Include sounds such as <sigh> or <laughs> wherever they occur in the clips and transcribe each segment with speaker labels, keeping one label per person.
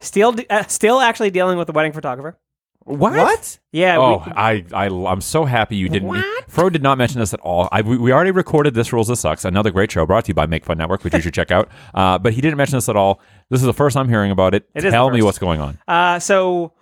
Speaker 1: still, de- uh, still actually dealing with the wedding photographer.
Speaker 2: What?
Speaker 1: Yeah.
Speaker 2: Oh,
Speaker 1: we-
Speaker 2: I, I, I'm so happy you didn't. Fro did not mention this at all. I, we, we already recorded This Rules This Sucks, another great show brought to you by Make Fun Network, which you should check out. Uh, but he didn't mention this at all. This is the first I'm hearing about it.
Speaker 1: It is the
Speaker 2: Tell me
Speaker 1: first.
Speaker 2: what's going on.
Speaker 1: uh, so,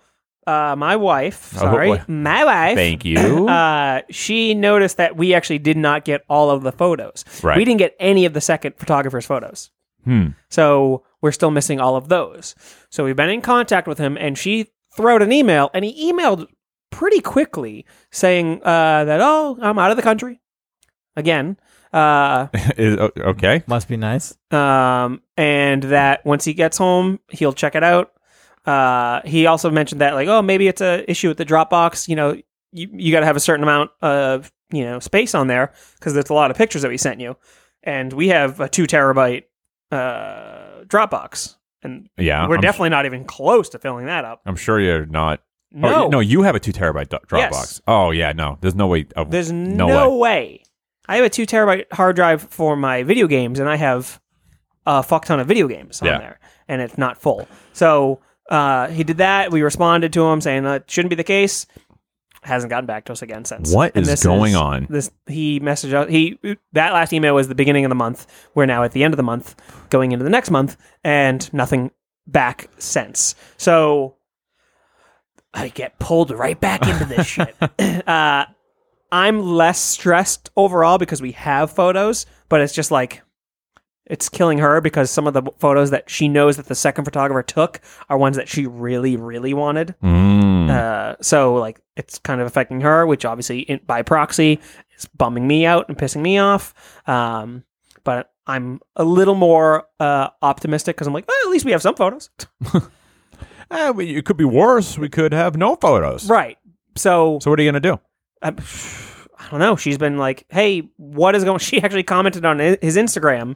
Speaker 1: uh, my wife.
Speaker 2: Oh,
Speaker 1: Sorry,
Speaker 2: wha-
Speaker 1: my wife.
Speaker 2: Thank you.
Speaker 1: Uh, she noticed that we actually did not get all of the photos.
Speaker 2: Right.
Speaker 1: We didn't get any of the second photographer's photos.
Speaker 2: Hmm. <laughs>
Speaker 1: So we're still missing all of those. So we've been in contact with him, and she throwed an email, and he emailed pretty quickly saying uh, that, oh, I'm out of the country again. Uh,
Speaker 2: Is- o- okay.
Speaker 3: Must be nice.
Speaker 1: um, and that once he gets home, he'll check it out. Uh, he also mentioned that, like, oh, maybe it's a issue with the Dropbox. You know, you, you got to have a certain amount of you know space on there because there's a lot of pictures that we sent you, and we have a two terabyte uh, Dropbox, and
Speaker 2: Yeah.
Speaker 1: we're
Speaker 2: I'm,
Speaker 1: definitely not even close to filling that up.
Speaker 2: I'm sure you're not. oh,
Speaker 1: No,
Speaker 2: you- no, you have a two terabyte do- Dropbox.
Speaker 1: Yes.
Speaker 2: Oh, yeah. No, there's no way. Of,
Speaker 1: there's
Speaker 2: no
Speaker 1: no,
Speaker 2: way.
Speaker 1: way. I have a two terabyte hard drive for my video games, and I have a fuck ton of video games on
Speaker 2: Yeah.
Speaker 1: there, and it's not full. So uh, he did that. We responded to him saying that shouldn't be the case. Hasn't gotten back to us again since.
Speaker 2: What
Speaker 1: And
Speaker 2: is
Speaker 1: this
Speaker 2: going on?
Speaker 1: This he messaged us. He that last email was the beginning of the month. We're now at the end of the month, going into the next month, and nothing back since. So I get pulled right back
Speaker 2: <laughs>
Speaker 1: into this shit. <laughs> Uh, I'm less stressed overall because we have photos, but it's just like it's killing her because some of the photos that she knows that the second photographer took are ones that she really, really wanted.
Speaker 2: Mm.
Speaker 1: Uh, so like it's kind of affecting her, which obviously in, by proxy is bumming me out and pissing me off. Um, but I'm a little more uh, optimistic because I'm like, oh, at least we have some photos,
Speaker 2: Eh, we- it could be worse. We could have no photos.
Speaker 1: right? So
Speaker 2: So, what are you going to do?
Speaker 1: I, <sighs> I don't know. She's been like, "Hey, what is going?" <laughs> She actually commented on i- his Instagram,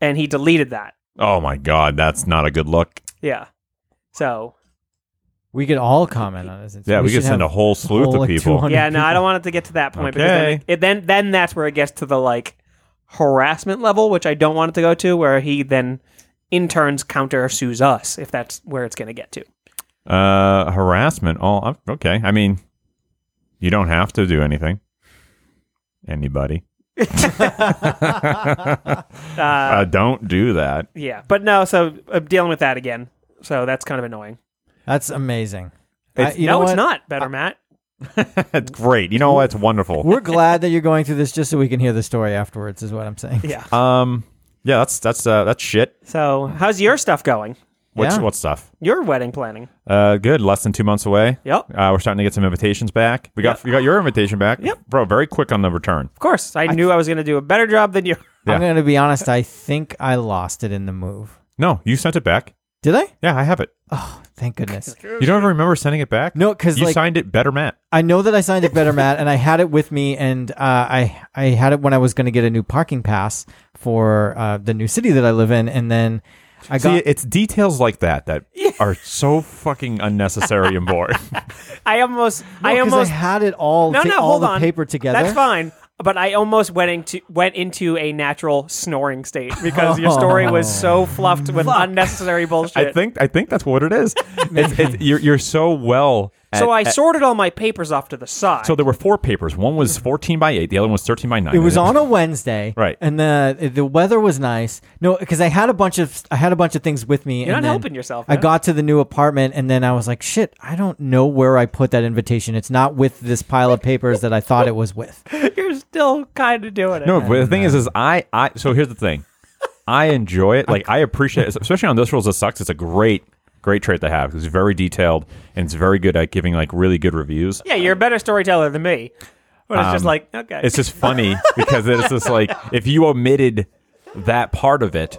Speaker 1: and he deleted that.
Speaker 2: Oh, my God. That's not a good look.
Speaker 1: Yeah. So
Speaker 3: We could all comment on this.
Speaker 2: Yeah, we, could
Speaker 3: should
Speaker 2: send a
Speaker 3: have-
Speaker 2: whole sleuth
Speaker 3: whole,
Speaker 2: of
Speaker 3: like,
Speaker 2: people.
Speaker 3: 200
Speaker 1: yeah, no, I don't want it to get to that point. Because then,
Speaker 2: Okay.
Speaker 1: it, then then that's where it gets to the like harassment level, which I don't want it to go to, where he then in turns counter sues us if that's where it's going to get to.
Speaker 2: Uh, harassment. All uh, okay. I mean, you don't have to do anything. Anybody. uh, don't do that. <laughs>
Speaker 1: Yeah, but no, so uh, dealing with that again. So that's kind of annoying.
Speaker 3: That's amazing.
Speaker 2: It's-
Speaker 3: I- you
Speaker 1: no,
Speaker 3: know
Speaker 1: it's
Speaker 3: what?
Speaker 1: not better, Matt.
Speaker 2: That's great. You know what? It's wonderful.
Speaker 3: We're glad that you're going through this just so we can hear the story afterwards, is what I'm saying.
Speaker 1: Yeah.
Speaker 2: Um, yeah, that's that's uh, that's shit.
Speaker 1: So how's your stuff going?
Speaker 2: <laughs> What's
Speaker 3: Yeah.
Speaker 2: what stuff?
Speaker 1: Your wedding planning?
Speaker 2: Uh, good. Less than two months away.
Speaker 1: Yep.
Speaker 2: Uh, we're starting to get some invitations back. We got we got your invitation back. Yep, bro. Very quick on the return.
Speaker 1: Of course, I knew I was going to do a better job than you.
Speaker 2: Yeah.
Speaker 3: I'm going to be honest. I think I lost it in the move.
Speaker 2: No, you sent it back.
Speaker 3: Did I?
Speaker 2: Yeah, I have it.
Speaker 3: Thank goodness.
Speaker 2: You don't even remember sending it back?
Speaker 3: No, 'cause,
Speaker 2: you
Speaker 3: like-
Speaker 2: signed it better, Matt.
Speaker 3: I know that I signed it better, Matt, and I had it with me, and uh, I I had it when I was going to get a new parking pass for uh, the new city that I live in, and then I
Speaker 2: See,
Speaker 3: got
Speaker 2: it's details like that that are so fucking unnecessary and
Speaker 3: <laughs>
Speaker 2: boring.
Speaker 1: <laughs> I almost, I
Speaker 3: 'cause
Speaker 1: almost
Speaker 3: had it all
Speaker 1: no,
Speaker 3: ta-
Speaker 1: no,
Speaker 3: all
Speaker 1: hold
Speaker 3: the
Speaker 1: on.
Speaker 3: paper together.
Speaker 1: That's fine. But I almost went into went into a natural snoring state because your story
Speaker 3: <laughs>
Speaker 1: was so fluffed with unnecessary bullshit.
Speaker 2: I think I think that's what it
Speaker 3: <laughs>
Speaker 2: is. it's, it's, you're you're so well.
Speaker 1: so.
Speaker 2: at-
Speaker 1: I
Speaker 2: at-
Speaker 1: sorted all my papers off to the side.
Speaker 2: so there were four papers. One
Speaker 3: <laughs>
Speaker 2: was 14 by 8. The other one was 13 by 9.
Speaker 3: It was on a Wednesday,
Speaker 2: Right.
Speaker 3: And the the weather was nice. No, because I had a bunch of I had a bunch of things with me.
Speaker 1: You're
Speaker 3: and
Speaker 1: not
Speaker 3: then
Speaker 1: helping yourself,
Speaker 3: I
Speaker 1: man.
Speaker 3: got to the new apartment, and then I was like, "Shit, I don't know where I put that invitation. It's not with this pile of papers that I thought it
Speaker 1: <laughs>
Speaker 3: was with."
Speaker 1: <laughs> you're still kind of doing it.
Speaker 2: No, but the thing
Speaker 1: uh,
Speaker 2: is, is I, I. So here's the thing. I enjoy it. Like I appreciate, it. <laughs> especially on this rules. It sucks. It's a great, great trait to have. 'cause It's very detailed and it's very good at giving like really good reviews.
Speaker 1: yeah, you're a better storyteller than me. But it's
Speaker 3: Um,
Speaker 1: just like okay,
Speaker 2: It's just funny because it's just like if you omitted that part of it,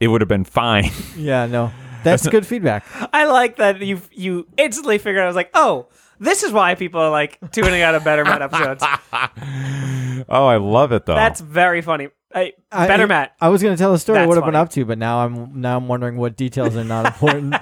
Speaker 2: it would have been fine. <laughs>
Speaker 3: yeah, no, that's good feedback.
Speaker 1: <laughs> I like that you you instantly figured. out, I was like, oh, this is why people are like tuning out of Better Matt
Speaker 3: <laughs>
Speaker 1: episodes.
Speaker 2: Oh, I love it though.
Speaker 1: That's very funny. Hey,
Speaker 3: I-
Speaker 1: Better Matt.
Speaker 3: I was going to tell a story. I
Speaker 1: That's
Speaker 3: would have been
Speaker 1: funny.
Speaker 3: up to, but now I'm now I'm wondering what details
Speaker 1: <laughs>
Speaker 3: are not important.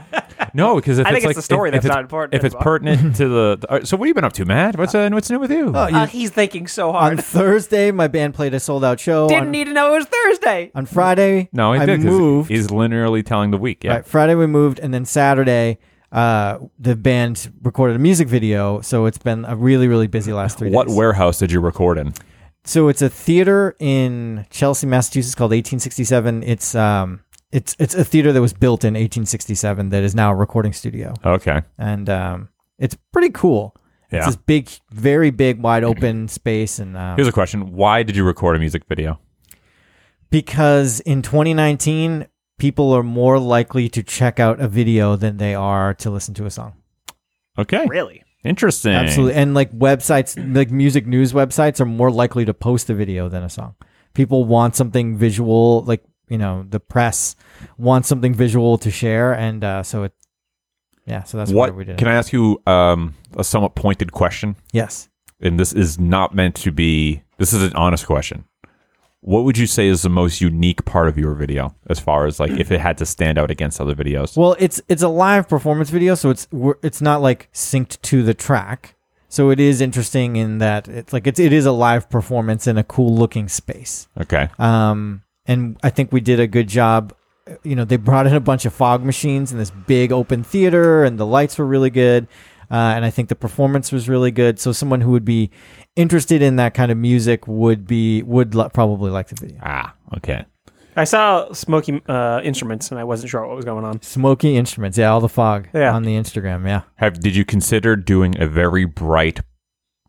Speaker 2: no, because if
Speaker 1: I think
Speaker 2: it's
Speaker 1: it's
Speaker 2: like
Speaker 1: the story
Speaker 2: if,
Speaker 1: that's
Speaker 2: if it's-
Speaker 1: not important
Speaker 2: If it's
Speaker 1: as well. <laughs>
Speaker 2: pertinent to the, the- all right, so what have you been up to, Matt? What's uh, what's new with you?
Speaker 3: Oh, you-
Speaker 1: Uh, he's thinking so
Speaker 3: on
Speaker 1: hard.
Speaker 3: Thursday, my band played a sold out show.
Speaker 1: Didn't e-
Speaker 3: on,
Speaker 1: need to know it was Thursday.
Speaker 3: on Friday,
Speaker 2: no,
Speaker 3: I
Speaker 2: I think
Speaker 3: moved.
Speaker 2: Is linearly telling the week. Yeah.
Speaker 3: Right, Friday we moved, and then Saturday. Uh, the band recorded a music video, so it's been a really, really busy last three
Speaker 2: What
Speaker 3: days.
Speaker 2: warehouse did you record in?
Speaker 3: So it's a theater in Chelsea, Massachusetts, called 1867. It's um, it's it's a theater that was built in 1867 that is now a recording studio.
Speaker 2: Okay.
Speaker 3: and um, it's pretty cool.
Speaker 2: Yeah.
Speaker 3: It's this big, very big, wide open <clears throat> space, and um,
Speaker 2: Here's a question: Why did you record a music video?
Speaker 3: because in 2019, people are more likely to check out a video than they are to listen to a song.
Speaker 2: <laughs> Okay,
Speaker 1: Really?
Speaker 2: interesting.
Speaker 3: Absolutely, and like websites, like music news websites, are more likely to post a video than a song. People want something visual, like you know, the press wants something visual to share, and uh, so it, yeah, so that's
Speaker 2: What
Speaker 3: why we did.
Speaker 2: can
Speaker 3: it.
Speaker 2: I ask you um, a somewhat pointed question?
Speaker 3: Yes.
Speaker 2: And this is not meant to be. This is an honest question. What would you say is the most unique part of your video, as far as like if it had to stand out against other videos?
Speaker 3: Well, it's it's a live performance video, so it's we're, it's not like synced to the track. So it is interesting in that it's like it's it is a live performance in a cool looking space.
Speaker 2: Okay,
Speaker 3: Um, and I think we did a good job. You know, they brought in a bunch of fog machines in this big open theater, and the lights were really good. Uh, and I think the performance was really good. So someone who would be interested in that kind of music would be would lo- probably like the video.
Speaker 2: ah, okay.
Speaker 1: I saw smoky uh, instruments and I wasn't sure what was going on.
Speaker 3: Smoky instruments, yeah, all the fog
Speaker 1: Yeah.
Speaker 3: on the Instagram, yeah.
Speaker 2: Have did you consider doing a very bright,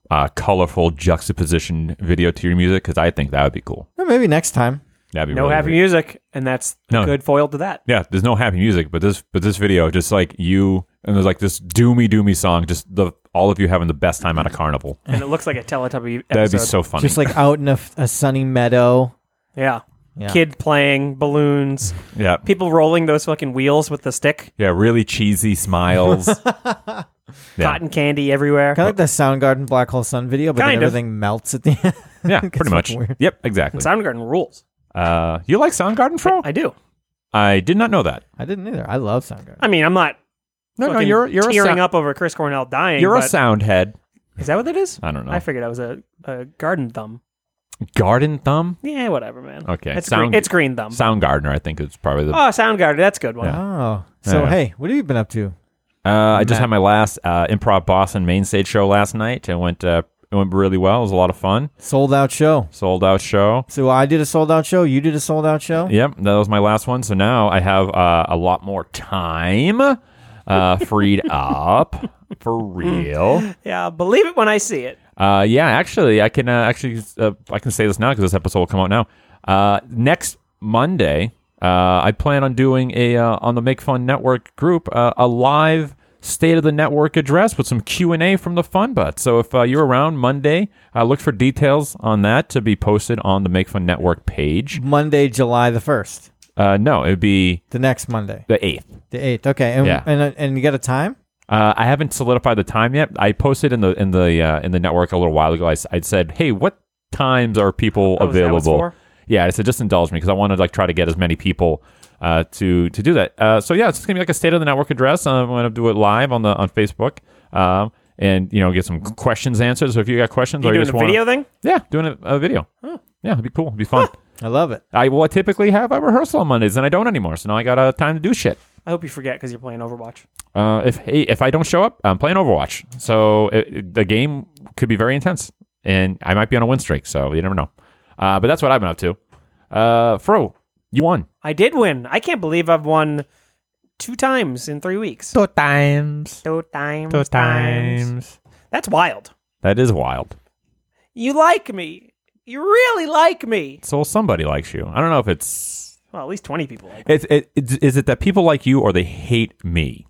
Speaker 2: uh, colorful juxtaposition video to your music? Because I think that would be cool.
Speaker 3: Well, maybe next time.
Speaker 2: That'd be
Speaker 1: No
Speaker 2: really
Speaker 1: happy
Speaker 2: neat.
Speaker 1: music, and that's
Speaker 2: No.
Speaker 1: a good foil to that.
Speaker 2: Yeah, there's no happy music, but this but this video just like you and there's like this doomy doomy song, just the all of you having the best time at a carnival.
Speaker 1: And it looks like a Teletubby episode.
Speaker 2: That'd be so funny.
Speaker 3: just like out in a, f- a sunny meadow.
Speaker 1: yeah.
Speaker 3: Yeah.
Speaker 1: Kid playing balloons,
Speaker 2: yeah.
Speaker 1: people rolling those fucking wheels with the stick,
Speaker 2: Yeah, really cheesy
Speaker 1: <laughs>
Speaker 2: smiles. yeah.
Speaker 1: cotton candy everywhere.
Speaker 3: Kind of like the Soundgarden Black Hole Sun video, but
Speaker 1: Kind
Speaker 3: then
Speaker 1: of.
Speaker 3: everything melts at the <laughs> end.
Speaker 1: <laughs>
Speaker 2: Yeah, pretty much.
Speaker 3: weird.
Speaker 2: Yep, exactly.
Speaker 1: Soundgarden rules.
Speaker 2: Uh, you like Soundgarden, Fro?
Speaker 1: I do.
Speaker 2: I did not know that.
Speaker 3: I didn't either. I
Speaker 1: <laughs>
Speaker 3: love Soundgarden.
Speaker 1: I mean, I'm not
Speaker 2: No, no,
Speaker 1: fucking
Speaker 2: you're you're a
Speaker 1: tearing
Speaker 2: sou-
Speaker 1: up over Chris Cornell dying.
Speaker 2: You're a
Speaker 1: but-
Speaker 2: sound head.
Speaker 1: Is that what that is?
Speaker 2: I don't know.
Speaker 1: I figured I was a, a garden thumb.
Speaker 2: Garden Thumb?
Speaker 1: Yeah, whatever, man.
Speaker 2: Okay,
Speaker 1: It's,
Speaker 2: Sound-
Speaker 1: green, it's Green Thumb.
Speaker 2: Soundgardener, I think, is probably the.
Speaker 1: oh, Soundgarden. That's a good one.
Speaker 3: Oh, so
Speaker 2: Yeah.
Speaker 3: hey, what have you been up to?
Speaker 1: Oh,
Speaker 2: Uh, I just
Speaker 3: Matt.
Speaker 2: had my last uh, improv Boston main stage show last night. It went uh, it went really well. It was a lot of fun.
Speaker 3: Sold out show.
Speaker 2: Sold out show.
Speaker 3: So I did a sold out show. You did a sold out show.
Speaker 2: Yep, that was my last one. So now I have uh, a lot more time uh, freed up for real.
Speaker 1: Yeah, believe it when I see it.
Speaker 2: Uh, yeah, actually, I can uh, actually uh, I can say this now because this episode will come out now. Uh, next Monday, uh, I plan on doing a uh, on the Make Fun Network group uh, a live state of the network address with some Q and A from the Fun Butt. So if uh, you're around Monday, uh, look for details on that to be posted on the Make Fun Network page.
Speaker 3: Monday, July the first,
Speaker 2: Uh, no, it'd be
Speaker 3: the next Monday,
Speaker 2: the eighth.
Speaker 3: the eighth. Okay, and
Speaker 2: Yeah.
Speaker 3: and, and you got a time?
Speaker 2: Uh, I haven't solidified the time yet. I posted in the in the uh, in the network a little while ago. I, s- I'd said, "Hey, what times are people
Speaker 1: Oh, is that what it's
Speaker 2: available?"
Speaker 1: for?
Speaker 2: Yeah, I said, "Just indulge me," because I want to like try to get as many people uh, to to do that. Uh, so yeah, it's just gonna be like a state of the network address. I'm gonna do it live on the on Facebook, um, and you know, get some questions answered. So if you got questions,
Speaker 1: You
Speaker 2: or you
Speaker 1: doing
Speaker 2: just
Speaker 1: a
Speaker 2: want,
Speaker 1: video thing?
Speaker 2: yeah, doing a, a video. Yeah, it'd be cool. It'd be fun.
Speaker 3: I love it.
Speaker 2: I well, I typically have a rehearsal on Mondays, and I don't anymore. So now I got uh, time to do shit.
Speaker 1: I hope you forget because you're playing Overwatch.
Speaker 2: Uh, if hey, if I don't show up, I'm playing Overwatch, so it, it- the game could be very intense, and I might be on a win streak. So you never know. Uh, but that's what I've been up to. Uh, Fro, you won.
Speaker 1: I did win. I can't believe I've won two times in three weeks.
Speaker 2: Two times.
Speaker 1: Two times. That's wild.
Speaker 2: That is wild.
Speaker 1: You like me. You really like me.
Speaker 2: So somebody likes you. I don't know if it's
Speaker 1: Well, at least 20 people like me.
Speaker 2: it's it, it's is it that people like you or they hate me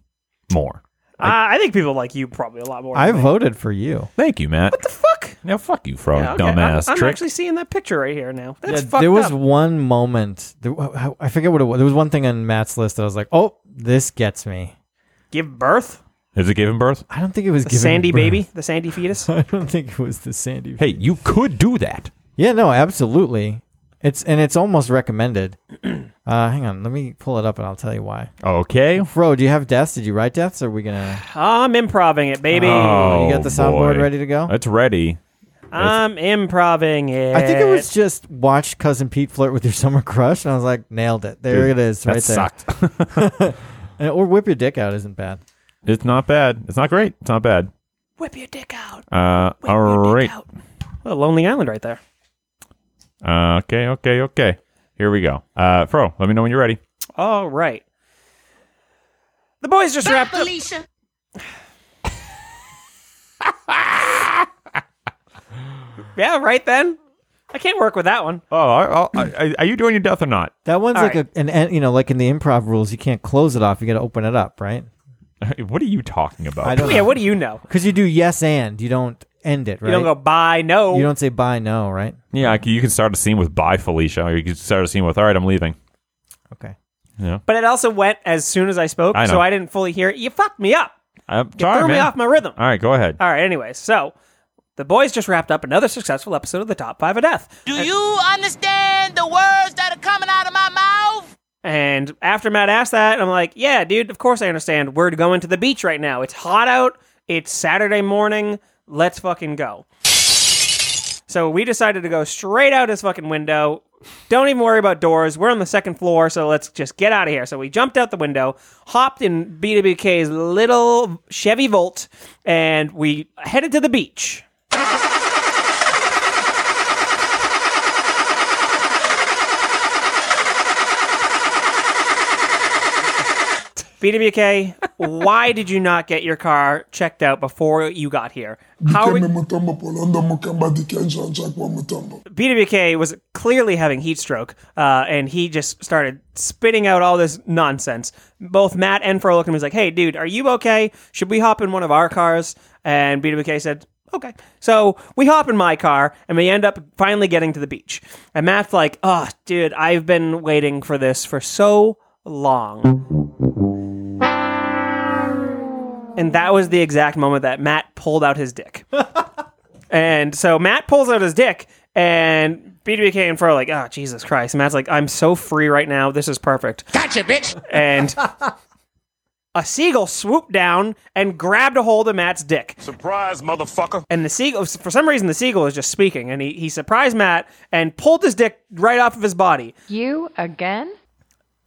Speaker 2: more.
Speaker 1: Uh, I, I think people like you probably a lot more.
Speaker 3: I
Speaker 1: than me.
Speaker 3: voted for you.
Speaker 2: Thank you, Matt.
Speaker 1: What the fuck?
Speaker 2: Now fuck you, Fro,
Speaker 1: Yeah, okay.
Speaker 2: dumbass
Speaker 1: I'm, I'm
Speaker 2: trick.
Speaker 1: actually seeing that picture right here now. That's
Speaker 3: Oh, Yeah,
Speaker 1: fucked
Speaker 3: there was
Speaker 1: up.
Speaker 3: one moment. There, I I forget what it was. There was one thing on Matt's list that I was like, "Oh, this gets me."
Speaker 1: Give birth?
Speaker 2: Is it giving birth?
Speaker 3: I don't think it was
Speaker 1: The
Speaker 3: giving
Speaker 1: sandy
Speaker 3: birth.
Speaker 1: baby? The sandy fetus?
Speaker 3: <laughs> I don't think it was the sandy.
Speaker 2: Hey, you could do that.
Speaker 3: Yeah, no, absolutely. It's and it's
Speaker 1: <clears throat>
Speaker 3: almost recommended. Uh, hang on, let me pull it up and I'll tell you why.
Speaker 2: Okay.
Speaker 3: Bro, do you have deaths? Did you write deaths? Or are we gonna?
Speaker 1: I'm improving it, baby.
Speaker 2: Oh,
Speaker 3: you got the soundboard ready to go?
Speaker 2: It's ready.
Speaker 1: I'm improving it.
Speaker 3: I think it was just watch cousin Pete flirt with your summer crush, and I was like, nailed it. There it is, right
Speaker 2: that
Speaker 3: there.
Speaker 2: sucked.
Speaker 3: And- or whip your dick out isn't bad.
Speaker 2: it's not bad. It's not great. It's not bad.
Speaker 1: Whip your dick out.
Speaker 2: Uh,
Speaker 1: Whip your
Speaker 2: all
Speaker 1: dick
Speaker 2: right.
Speaker 1: out. What a lonely island right there.
Speaker 2: Uh, okay. Okay. Okay. Here we go. Uh, Fro, let me know when you're ready.
Speaker 1: All right. The boys just wrapped up. Yeah, right then. I can't work with that one.
Speaker 2: Oh, I, I, I, are you doing your death or not? <laughs>
Speaker 3: That one's
Speaker 1: All
Speaker 3: like a an en- you know like in the improv rules, you can't close it off. You got to open it up, right?
Speaker 2: What are you talking about?
Speaker 3: I don't
Speaker 1: Yeah, what do you know?
Speaker 3: because you do yes and you don't end it, right?
Speaker 1: You don't go bye, no.
Speaker 3: You don't say bye, no, right?
Speaker 2: Yeah, I c- you can start a scene with "Bye, Felicia," or you can start a scene with "All right, I'm leaving."
Speaker 3: Okay.
Speaker 1: but it also went as soon as I spoke,
Speaker 2: I know.
Speaker 1: so I didn't fully hear it. You fucked me up.
Speaker 2: I'm
Speaker 1: You
Speaker 2: sorry,
Speaker 1: threw me
Speaker 2: man.
Speaker 1: off my rhythm.
Speaker 2: All right, go ahead.
Speaker 1: All right, anyways, so the boys just wrapped up another successful episode of the Top 5 of Death.
Speaker 4: Do you understand the words that are coming out of my mouth?
Speaker 1: And after Matt asked that, I'm like, yeah, dude, of course I understand. We're going to the beach right now. It's hot out. It's Saturday morning. Let's fucking go. So we decided to go straight out his fucking window. Don't even worry about doors. We're on the second floor, so let's just get out of here. So we jumped out the window, hopped in BWK's little Chevy Volt, and we headed to the beach. BWK, why did you not get your car checked out before you got here? How
Speaker 5: Kemi
Speaker 1: are-
Speaker 5: Mutombo Polondo Mukamba Dikenzo and Chakwa Mutombo.
Speaker 1: BWK was clearly having heat stroke, uh, and he just started spitting out all this nonsense. Both Matt and Fro looked at him and was like, "Hey, dude, are you okay? Should we hop in one of our cars?" And BWK said, "Okay." So we hop in my car, and we end up finally getting to the beach. And Matt's like, "Oh, dude, I've been waiting for this for so long." And that was the exact moment that Matt pulled out his dick. And so Matt pulls out his dick, and BWK and Fro are like, oh, Jesus Christ. And Matt's like, I'm so free right now. This is perfect.
Speaker 4: Gotcha, bitch.
Speaker 1: And a seagull swooped down and grabbed a hold of Matt's dick.
Speaker 6: Surprise, motherfucker.
Speaker 1: and the seagull for some reason the seagull is just speaking and he, he surprised matt and pulled his dick right off of his body
Speaker 7: You again?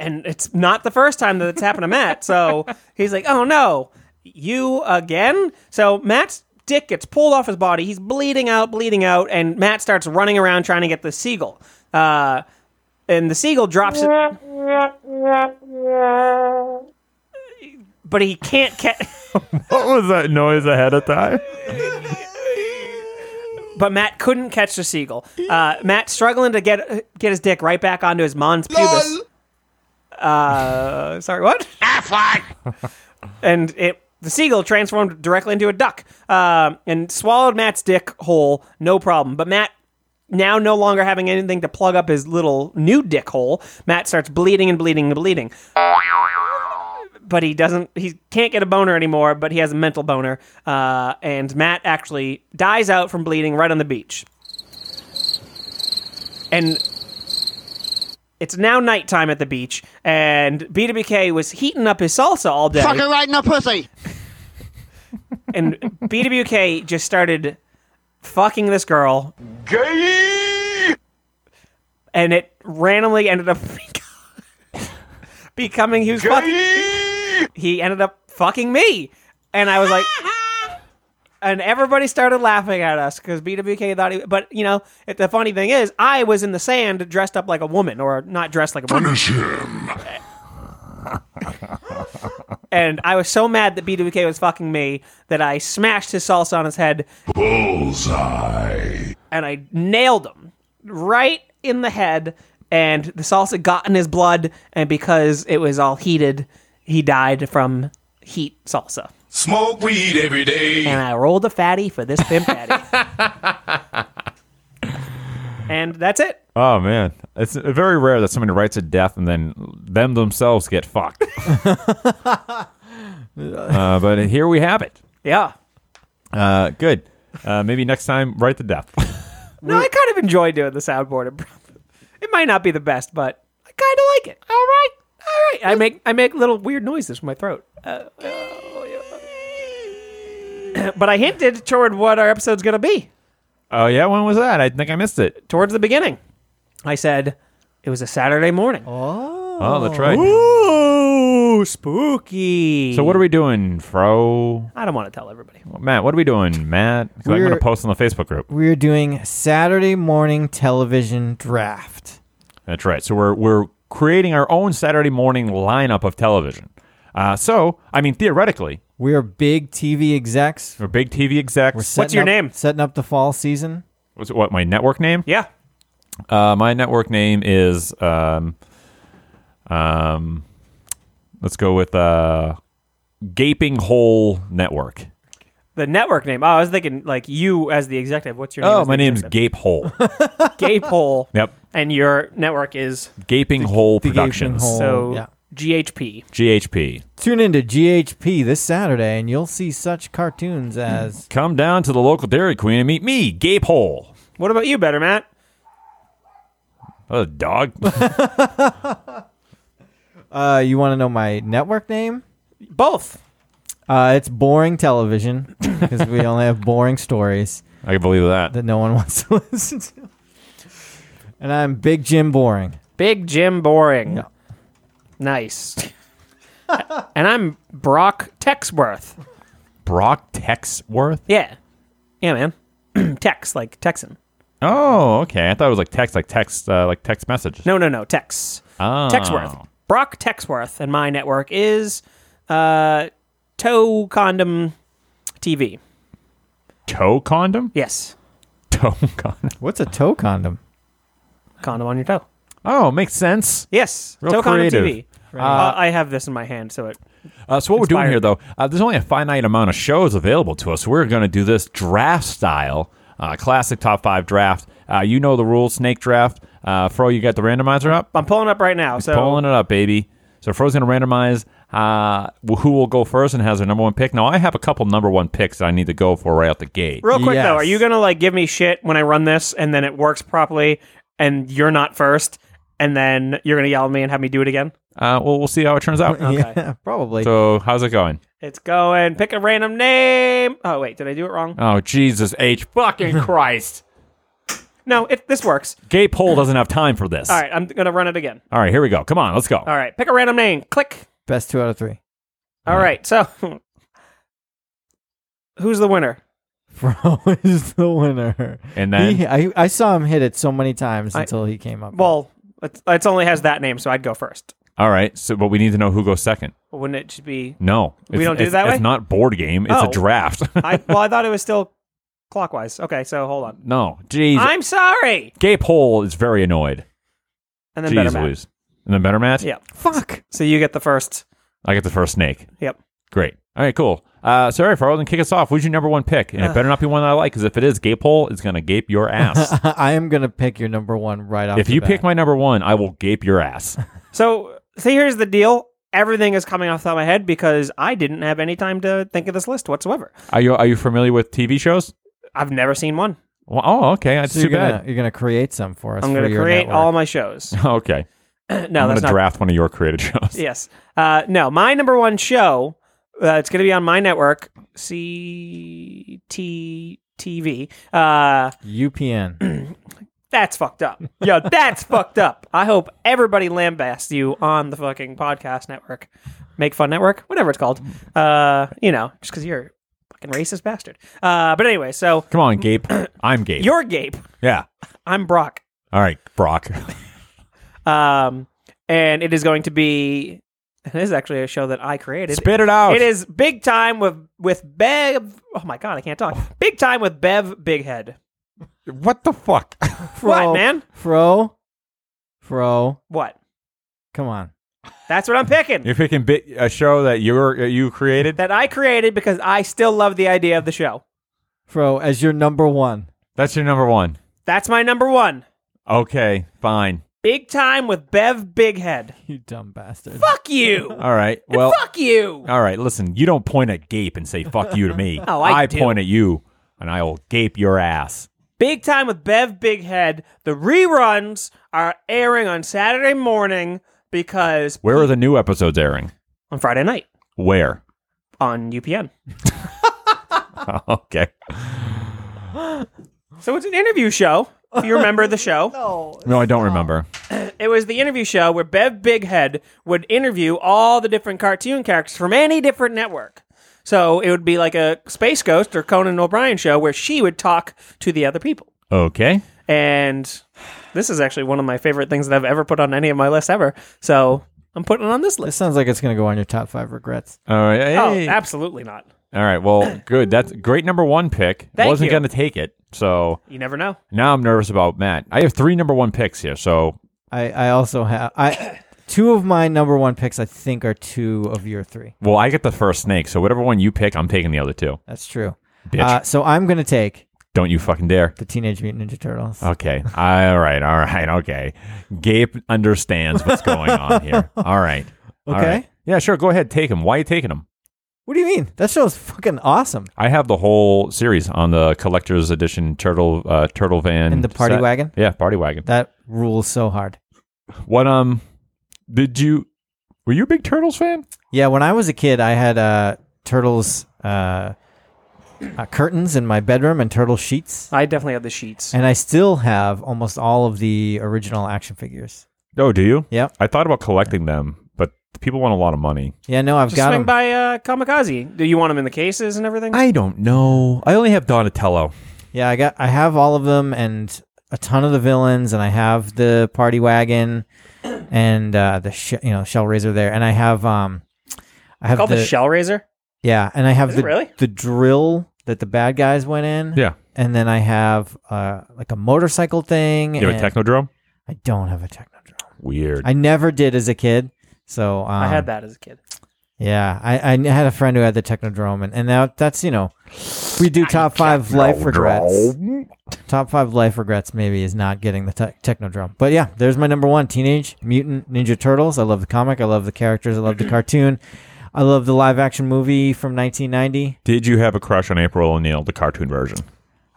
Speaker 1: and it's not the first time that it's happened to matt so he's like oh no you again so matt's dick gets pulled off his body he's bleeding out bleeding out and matt starts running around trying to get the seagull uh, and the seagull drops it but he can't catch
Speaker 2: What was that noise I had at that?
Speaker 1: but Matt couldn't catch the seagull. Uh, Matt struggling to get get his dick right back onto his mons pubis. Uh, sorry, what? <laughs> and it the seagull transformed directly into a duck um, and swallowed Matt's dick whole, no problem. But Matt now no longer having anything to plug up his little new dick hole, Matt starts bleeding and bleeding and bleeding. But he doesn't. He can't get a boner anymore. But he has a mental boner, uh, and Matt actually dies out from bleeding right on the beach. And it's now nighttime at the beach, and BWK was heating up his salsa all day
Speaker 4: Fucking right in the pussy.
Speaker 1: and BWK just started fucking this girl,
Speaker 6: Gay!
Speaker 1: and it randomly ended up <laughs> beco- becoming he was fucking,
Speaker 6: Gay!
Speaker 1: he ended up fucking me, and I was like, and everybody started laughing at us because BWK thought he, but you know, it, the funny thing is, I was in the sand dressed up like a woman, or not dressed like a woman.
Speaker 5: Finish him.
Speaker 1: and I was so mad that BWK was fucking me that I smashed his salsa on his head. Bullseye. And I nailed him right in the head, and the salsa got in his blood, and because it was all heated, he died from heat salsa.
Speaker 6: Smoke weed every day.
Speaker 1: And I rolled a fatty for this
Speaker 6: <laughs>
Speaker 1: pimp daddy. and that's it.
Speaker 2: Oh man, it's very rare that somebody writes a death and then them themselves get fucked. uh, but here we have it.
Speaker 1: Yeah.
Speaker 2: Uh, good. Uh, maybe next time write the death. <laughs>
Speaker 1: No, I kind of enjoy doing the soundboard. It might not be the best, but I kind of like it. All right, all right. I make I make little weird noises with my throat. Uh, but I hinted toward what our episode's gonna be
Speaker 2: Oh yeah, when was that? I think I missed it.
Speaker 1: towards the beginning. I said it was a Saturday morning.
Speaker 2: Oh, that's right.
Speaker 1: Ooh, spooky.
Speaker 2: So what are we doing, Fro?
Speaker 1: I don't want to tell everybody.
Speaker 2: Matt, what are we doing, Matt? 'Cause I'm
Speaker 3: We're-
Speaker 2: gonna post on the Facebook group.
Speaker 3: We're doing Saturday morning television draft.
Speaker 2: That's right. So we're we're creating our own Saturday morning lineup of television. Uh, so I mean, theoretically,
Speaker 3: We are big TV execs.
Speaker 2: we're big TV execs.
Speaker 3: We're setting
Speaker 1: your
Speaker 3: up-
Speaker 1: name?
Speaker 3: Setting up the fall season.
Speaker 2: What's- what my network name?
Speaker 1: Yeah,
Speaker 2: Uh, my network name is um, um, let's go with uh, Gaping Hole Network.
Speaker 1: the network name. Oh, I was thinking like you as the executive. What's your name?
Speaker 2: Oh,
Speaker 1: as
Speaker 2: my
Speaker 1: the
Speaker 2: name's
Speaker 1: executive?
Speaker 2: Gape Hole.
Speaker 1: Gabe Hole.
Speaker 2: yep,
Speaker 1: And your network is
Speaker 2: Gaping Hole
Speaker 3: the Gaping
Speaker 2: Productions,
Speaker 3: Hole.
Speaker 1: so
Speaker 3: yeah.
Speaker 1: GHP.
Speaker 2: GHP.
Speaker 3: Tune into GHP this Saturday, and you'll see such cartoons as
Speaker 2: Come down to the local Dairy Queen and meet me, Gape Hole.
Speaker 1: What about you, Better Matt?
Speaker 2: A dog. <laughs>
Speaker 3: uh, you want to know my network name.
Speaker 1: Both.
Speaker 3: Uh, it's
Speaker 2: <laughs>
Speaker 3: boring television because we only have boring stories
Speaker 2: I can believe that.
Speaker 3: that no one <laughs> wants to listen to. And I'm Big Jim Boring.
Speaker 1: Big Jim Boring.
Speaker 3: Yeah.
Speaker 1: Nice. <laughs> and I'm Brock Texworth.
Speaker 2: Brock Texworth.
Speaker 1: Yeah. Yeah, man. <clears throat> Tex, like Texan.
Speaker 2: Oh, okay. I thought it was like text, like text, uh, like text message.
Speaker 1: No, no, no. Tex.
Speaker 2: Oh.
Speaker 1: Texworth. Brock Texworth. And my network is uh, Toe Condom TV.
Speaker 2: Toe condom. <laughs>
Speaker 1: Yes.
Speaker 2: Toe condom.
Speaker 3: What's a toe condom?
Speaker 1: Condom on your toe.
Speaker 2: Oh, makes sense.
Speaker 1: Yes.
Speaker 2: Real
Speaker 1: toe
Speaker 2: creative.
Speaker 1: Condom TV. Uh, I have this in my hand, so it.
Speaker 2: Uh, so what we're doing
Speaker 1: Inspired.
Speaker 2: here, though, uh, there's only a finite amount of shows available to us. So we're going to do this draft style, uh, classic top five draft. Uh, you know the rules, snake draft. Uh, Fro, you got the randomizer up?
Speaker 1: I'm pulling up right now. so
Speaker 2: Pulling it up, baby. So Fro's going to randomize uh, who will go first and has their number one pick. Now I have a couple number one picks that I need to go for right out the gate.
Speaker 1: Real quick though,
Speaker 3: Yes.
Speaker 1: are you gonna like give me shit when I run this and then it works properly and you're not first and then you're gonna yell at me and have me do it again.
Speaker 2: Uh, well, we'll see how it turns
Speaker 1: <laughs>
Speaker 2: out.
Speaker 3: Yeah, <laughs> probably.
Speaker 2: So, how's it going?
Speaker 1: It's going. Pick a random name. Oh wait, did I do it wrong?
Speaker 2: Oh, Jesus H. Fucking <laughs> Christ.
Speaker 1: No, it this works.
Speaker 2: Gape Hole doesn't have time for this.
Speaker 1: All right, I'm gonna run it again.
Speaker 2: All right, here we go. Come on, let's go.
Speaker 1: All right, pick a random name. Click.
Speaker 3: Best two out of three. <laughs>
Speaker 1: All right, so <laughs> who's the winner?
Speaker 3: Fro is the winner.
Speaker 2: And then-
Speaker 3: He- I, I saw him hit it so many times
Speaker 1: I-
Speaker 3: until he came up.
Speaker 1: Well, it's, it's only has that name, so I'd go first.
Speaker 2: All right. So, but we need to know who goes second.
Speaker 1: Wouldn't it just be?
Speaker 2: No,
Speaker 1: We
Speaker 2: It's-
Speaker 1: don't do it
Speaker 2: it's-
Speaker 1: that way?
Speaker 2: It's not board game. It's
Speaker 1: Oh.
Speaker 2: a draft. <laughs>
Speaker 1: I well, I thought it was still clockwise. Okay, so hold on.
Speaker 2: no, jeez.
Speaker 1: I'm sorry.
Speaker 2: Gape Hole is very annoyed.
Speaker 1: And then better
Speaker 2: Jeez,
Speaker 1: Matt.
Speaker 2: Louise. And then better Matt.
Speaker 1: Yeah.
Speaker 2: <laughs>
Speaker 3: fuck. <laughs>
Speaker 1: So you get the first.
Speaker 2: I get the first snake.
Speaker 1: Yep.
Speaker 2: Great. All right, cool. Uh, so, all right, Farrell, then kick us off. Who's your number one pick?
Speaker 1: Uh.
Speaker 2: And it better not be one I like, because if it is Gape Hole, it's going to gape
Speaker 1: <laughs>
Speaker 2: your ass.
Speaker 3: I am gonna pick your number one right off.
Speaker 2: if
Speaker 3: the
Speaker 2: you
Speaker 3: bat.
Speaker 2: pick my number one, I will gape your ass.
Speaker 1: So see, here's the deal. Everything is coming off the top of my head because I didn't have any time to think of this list whatsoever.
Speaker 2: Are you are you familiar with TV shows?
Speaker 1: I've never seen one.
Speaker 2: Well, oh, okay. That's
Speaker 3: so
Speaker 2: too
Speaker 3: you're gonna,
Speaker 2: bad.
Speaker 3: you're gonna create some for us.
Speaker 1: I'm
Speaker 3: going to
Speaker 1: create all
Speaker 2: <laughs>
Speaker 1: my shows.
Speaker 2: okay.
Speaker 1: no,
Speaker 2: I'm going
Speaker 1: that's
Speaker 2: to
Speaker 1: not.
Speaker 2: draft one of your created shows.
Speaker 1: <laughs> Yes. Uh, no, my number one show. Uh, it's going to be on my network, CTTV. Uh,
Speaker 3: UPN.
Speaker 1: <clears throat> that's fucked up. Yo, that's fucked up. I hope everybody lambasts you on the fucking podcast network, Make Fun Network, whatever it's called. Uh, you know, just because you're a fucking racist bastard. Uh, but anyway, so
Speaker 2: Come on,
Speaker 1: <coughs>
Speaker 2: gape. I'm gape.
Speaker 1: you're Gabe.
Speaker 2: yeah.
Speaker 1: I'm Brock.
Speaker 2: All right, Brock. <laughs>
Speaker 1: Um, and it is going to be. It is actually a show that I created.
Speaker 2: Spit it out.
Speaker 1: It is big time with with Bev. Oh my god, I can't talk. Big time with Bev Big Head.
Speaker 2: What the
Speaker 1: <coughs>
Speaker 2: fuck?
Speaker 1: What man?
Speaker 3: Fro. Fro.
Speaker 1: What?
Speaker 3: Come on.
Speaker 1: That's what I'm picking.
Speaker 2: You're picking bit, a show that you're uh, you created.
Speaker 1: that I created because I still love the idea of the show.
Speaker 3: Fro as your number one. <laughs>
Speaker 2: That's your number one.
Speaker 1: That's my number one.
Speaker 2: Okay, fine.
Speaker 1: Big time with Bev Big Head.
Speaker 3: You dumb bastard.
Speaker 1: Fuck you.
Speaker 2: All right. <laughs> Well, uh,
Speaker 1: Fuck you.
Speaker 2: all right. Listen, you don't point at gape and say "fuck you" to me.
Speaker 1: <laughs> Oh, I do.
Speaker 2: point at you, and I will gape your ass.
Speaker 1: Big Time with Bev Big Head. The reruns are airing on Saturday morning because
Speaker 2: Where are the new episodes airing?
Speaker 1: on Friday night
Speaker 2: Where? <laughs>
Speaker 1: on UPN.
Speaker 2: okay.
Speaker 1: So it's an interview show. If you remember the show,
Speaker 2: <laughs> No, I don't remember.
Speaker 1: it was the interview show where Bev Big Head would interview all the different cartoon characters from any different network. So it would be like a Space Ghost or Conan O'Brien show where she would talk to the other people.
Speaker 2: Okay.
Speaker 1: and this is actually one of my favorite things that I've ever put on any of my lists ever. So I'm putting it on this
Speaker 3: This
Speaker 1: list.
Speaker 3: sounds like it's gonna go on your top five regrets.
Speaker 2: All right.
Speaker 1: Oh,
Speaker 2: Hey.
Speaker 1: absolutely not.
Speaker 2: All right. Well, good. That's great. Number one pick.
Speaker 1: Thank
Speaker 2: Wasn't
Speaker 1: you.
Speaker 2: gonna take it. So
Speaker 1: You never know.
Speaker 2: now I'm nervous about Matt. I have three number one picks here. So
Speaker 3: I, I also have I <coughs> two of my number one picks I think are two of your three.
Speaker 2: well, I get the first snake. So whatever one you pick, I'm taking the other two.
Speaker 3: That's true.
Speaker 2: Bitch.
Speaker 3: Uh, so I'm gonna take
Speaker 2: don't you fucking dare.
Speaker 3: the Teenage Mutant Ninja Turtles.
Speaker 2: Okay. All right. All right. Okay. Gabe understands what's going on here. All right. All
Speaker 3: Okay.
Speaker 2: right. Yeah, sure. Go ahead. Take him. Why are you taking him?
Speaker 3: What do you mean? That show's fucking awesome.
Speaker 2: I have the whole series on the collector's edition turtle uh, turtle van
Speaker 3: And the party
Speaker 2: set.
Speaker 3: wagon?
Speaker 2: Yeah, party wagon.
Speaker 3: That rules so hard.
Speaker 2: What um did you were you a big turtles fan?
Speaker 3: Yeah, when I was a kid, I had uh, turtles uh, uh, curtains in my bedroom and turtle sheets,
Speaker 1: I definitely have the sheets.
Speaker 3: and I still have almost all of the original action figures.
Speaker 2: Oh, do you?
Speaker 3: Yep.
Speaker 2: I thought about collecting them, but people want a lot of money.
Speaker 3: Yeah, no, I've
Speaker 1: Just
Speaker 3: got
Speaker 1: swing
Speaker 3: them.
Speaker 1: by uh, Kamikaze. Do you want them in the cases and everything?
Speaker 2: I don't know. I only have Donatello.
Speaker 3: Yeah, I got I have all of them and a ton of the villains, and I have the party wagon and uh, the sh- you know shell razor there, and I have um I have
Speaker 1: Called the,
Speaker 3: the
Speaker 1: Shell Razor.
Speaker 3: yeah, and I have
Speaker 1: Is it
Speaker 3: the
Speaker 1: really?
Speaker 3: the drill that the bad guys went in.
Speaker 2: Yeah.
Speaker 3: and then I have uh like a motorcycle thing.
Speaker 2: You have
Speaker 3: and-
Speaker 2: a Technodrome?
Speaker 3: I don't have a Technodrome.
Speaker 2: Weird.
Speaker 3: I never did as a kid. So um,
Speaker 1: I had that as a kid.
Speaker 3: Yeah, I, I had a friend who had the Technodrome, and, and that that's you know, we do top five life regrets. Top five life regrets maybe is not getting the te- Technodrome, but yeah, there's my number one: Teenage Mutant Ninja Turtles. I love the comic. I love the characters. I love the cartoon. I love the live action movie from 1990.
Speaker 2: Did you have a crush on April O'Neil, the cartoon version?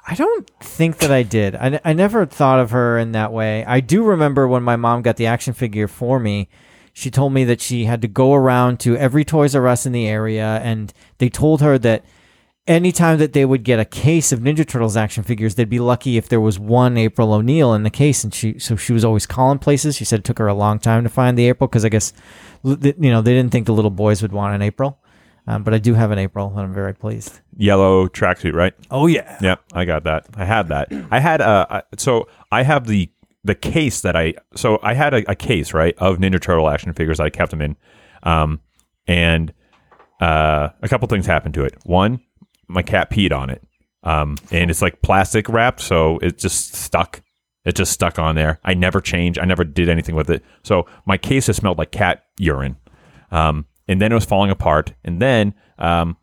Speaker 3: I don't think that I did. I, I never thought of her in that way. I do remember when my mom got the action figure for me. She told me that she had to go around to every Toys R Us in the area, and they told her that anytime that they would get a case of Ninja Turtles action figures, they'd be lucky if there was one April O'Neil in the case. And she, so she was always calling places. She said it took her a long time to find the April because I guess, l- th- you know, they didn't think the little boys would want an April. Um, but I do have an April, and I'm very pleased.
Speaker 2: Yellow tracksuit, right?
Speaker 3: Oh yeah,
Speaker 2: Yep, I got that. I had that. I had uh, I- so I have the the case that I so I had a, a case right of Ninja Turtle action figures. I kept them in, um, and uh, a couple things happened to it. One, my cat peed on it, um, and it's like plastic wrapped, so it just stuck. It just stuck on there. I never changed. I never did anything with it. So my case has smelled like cat urine, um, and then it was falling apart. And then um,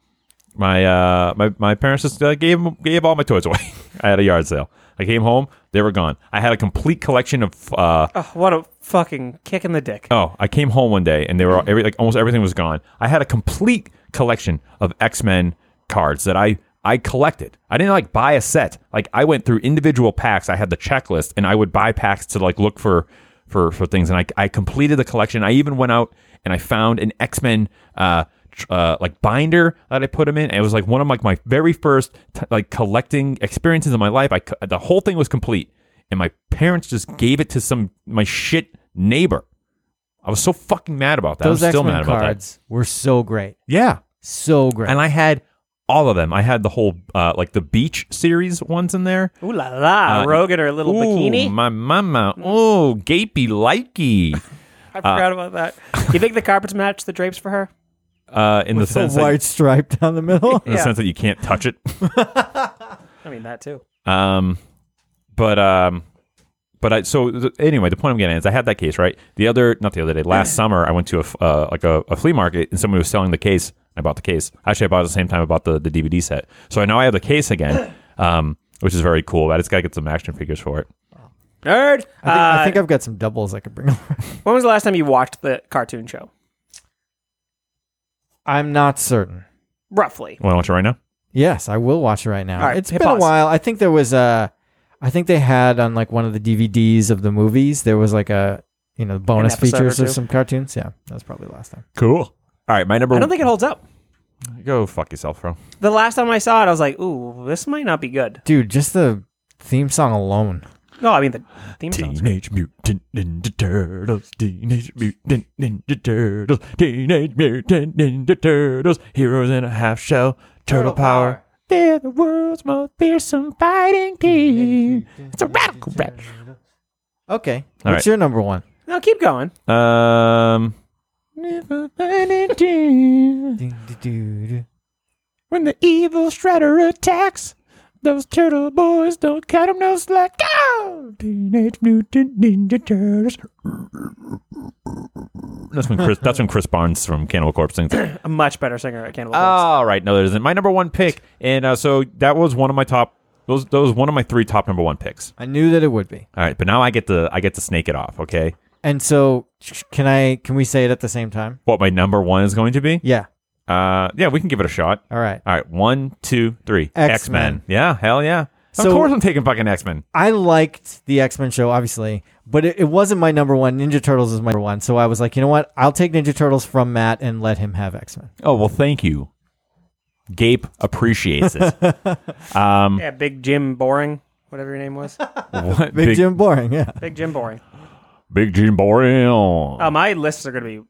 Speaker 2: my uh my, my parents just uh, gave gave all my toys away. <laughs> I had a yard sale. I came home, they were gone. I had a complete collection of uh
Speaker 1: Oh, what a fucking kick in the dick.
Speaker 3: Uh,
Speaker 2: oh, I came home one day and they were all, every like almost everything was gone. I had a complete collection of X-Men cards that I I collected. I didn't like buy a set. Like I went through individual packs. I had the checklist and I would buy packs to like look for for for things and I I completed the collection. I even went out and I found an X-Men uh tr- uh, like binder that I put them in. And it was like one of like my very first t- like collecting experiences in my life. I co- the whole thing was complete, and my parents just gave it to some my shit neighbor. I was so fucking mad about that.
Speaker 3: those
Speaker 2: I'm
Speaker 3: X
Speaker 2: still mad
Speaker 3: Men
Speaker 2: about that.
Speaker 3: cards were so great,
Speaker 2: Yeah,
Speaker 3: so great.
Speaker 2: and I had all of them. I had the whole uh, like the beach series ones in there.
Speaker 1: Ooh la la,
Speaker 2: Uh,
Speaker 1: Rogue in her little
Speaker 2: Ooh,
Speaker 1: bikini.
Speaker 2: my mama. Oh, gapey likey.
Speaker 1: I
Speaker 3: uh,
Speaker 1: forgot about that. You think the carpets match the drapes for her?
Speaker 2: Uh,
Speaker 3: <laughs>
Speaker 2: in the sense,
Speaker 3: a
Speaker 2: that,
Speaker 3: white stripe down the
Speaker 1: <laughs>
Speaker 3: middle.
Speaker 2: in the sense that you can't touch it.
Speaker 1: I mean that too.
Speaker 2: Um, but um, but I so th- anyway, the point I'm getting at is I had that case right. The other not the other day, last summer I went to a f- uh, like a, a flea market and somebody was selling the case. I bought the case. Actually, I bought it at the same time I bought the, the DVD set. So I now I have the case
Speaker 1: <coughs>
Speaker 2: again, um, which is very cool. I just gotta get some action figures for it.
Speaker 1: Nerd.
Speaker 3: I, think, I
Speaker 1: Uh,
Speaker 3: think I've got some doubles I could bring over.
Speaker 1: when was the last time you watched the cartoon show?
Speaker 3: <laughs> I'm not certain.
Speaker 1: Roughly.
Speaker 2: Want to watch it right now?
Speaker 3: Yes, I will watch it right now.
Speaker 1: All right,
Speaker 3: it's
Speaker 1: hit
Speaker 3: been a
Speaker 1: pause.
Speaker 3: while. I think there was a, I think they had on like one of the DVDs of the movies. There was like a, you know, bonus
Speaker 1: episode or
Speaker 3: features of
Speaker 1: two.
Speaker 3: some cartoons. Yeah, that was probably last time.
Speaker 2: Cool. All right, my number.
Speaker 1: I don't think it holds up.
Speaker 2: go fuck yourself, bro.
Speaker 1: The last time I saw it, I was like, "Ooh, this might not be good."
Speaker 3: Dude, just the theme song alone.
Speaker 1: No, I mean the theme song.
Speaker 2: Teenage Mutant Ninja Turtles, Teenage Mutant Ninja Turtles, Teenage Mutant Ninja Turtles, heroes in a half shell, turtle power. They're the world's most fearsome fighting team. It's a radical rat.
Speaker 3: Okay,
Speaker 2: All
Speaker 3: what's
Speaker 2: right.
Speaker 3: your number one?
Speaker 1: No, keep going.
Speaker 2: Um. Never fighting
Speaker 1: Hmm.
Speaker 2: team. When the evil Shredder attacks, those turtle boys don't cut 'em no slack. Go! Teenage Mutant Ninja Turtles. That's when Chris. That's when Chris Barnes from Cannibal Corpse sings.
Speaker 1: A much better singer at Cannibal Corpse.
Speaker 2: All Oh, right, no, there isn't. My number one pick, and uh, so that was one of my top. Those, those one of my three top number one picks.
Speaker 3: I knew that it would be.
Speaker 2: All right, but now I get to I get to snake it off. Okay,
Speaker 3: And so, sh- can I? Can we say it at the same time?
Speaker 2: what my number one is going to be?
Speaker 3: Yeah.
Speaker 2: Uh, yeah, we can give it a shot.
Speaker 3: All right.
Speaker 2: All right, one, two, three.
Speaker 3: X-Men.
Speaker 2: Yeah, hell yeah. of
Speaker 3: So-
Speaker 2: course, I'm taking fucking X Men.
Speaker 3: I liked the X Men show, obviously, but it, it wasn't my number one. Ninja Turtles is my number one. So I was like, you know what? I'll take Ninja Turtles from Matt and let him have X Men.
Speaker 2: Oh well, thank you. Gape appreciates
Speaker 3: <laughs>
Speaker 2: it.
Speaker 1: Yeah, Big Jim Boring, whatever your name was.
Speaker 2: what?
Speaker 3: Big, Jim Boring, yeah.
Speaker 1: Big Jim Boring.
Speaker 2: Big Jim Boreal.
Speaker 1: Uh, my lists are going to be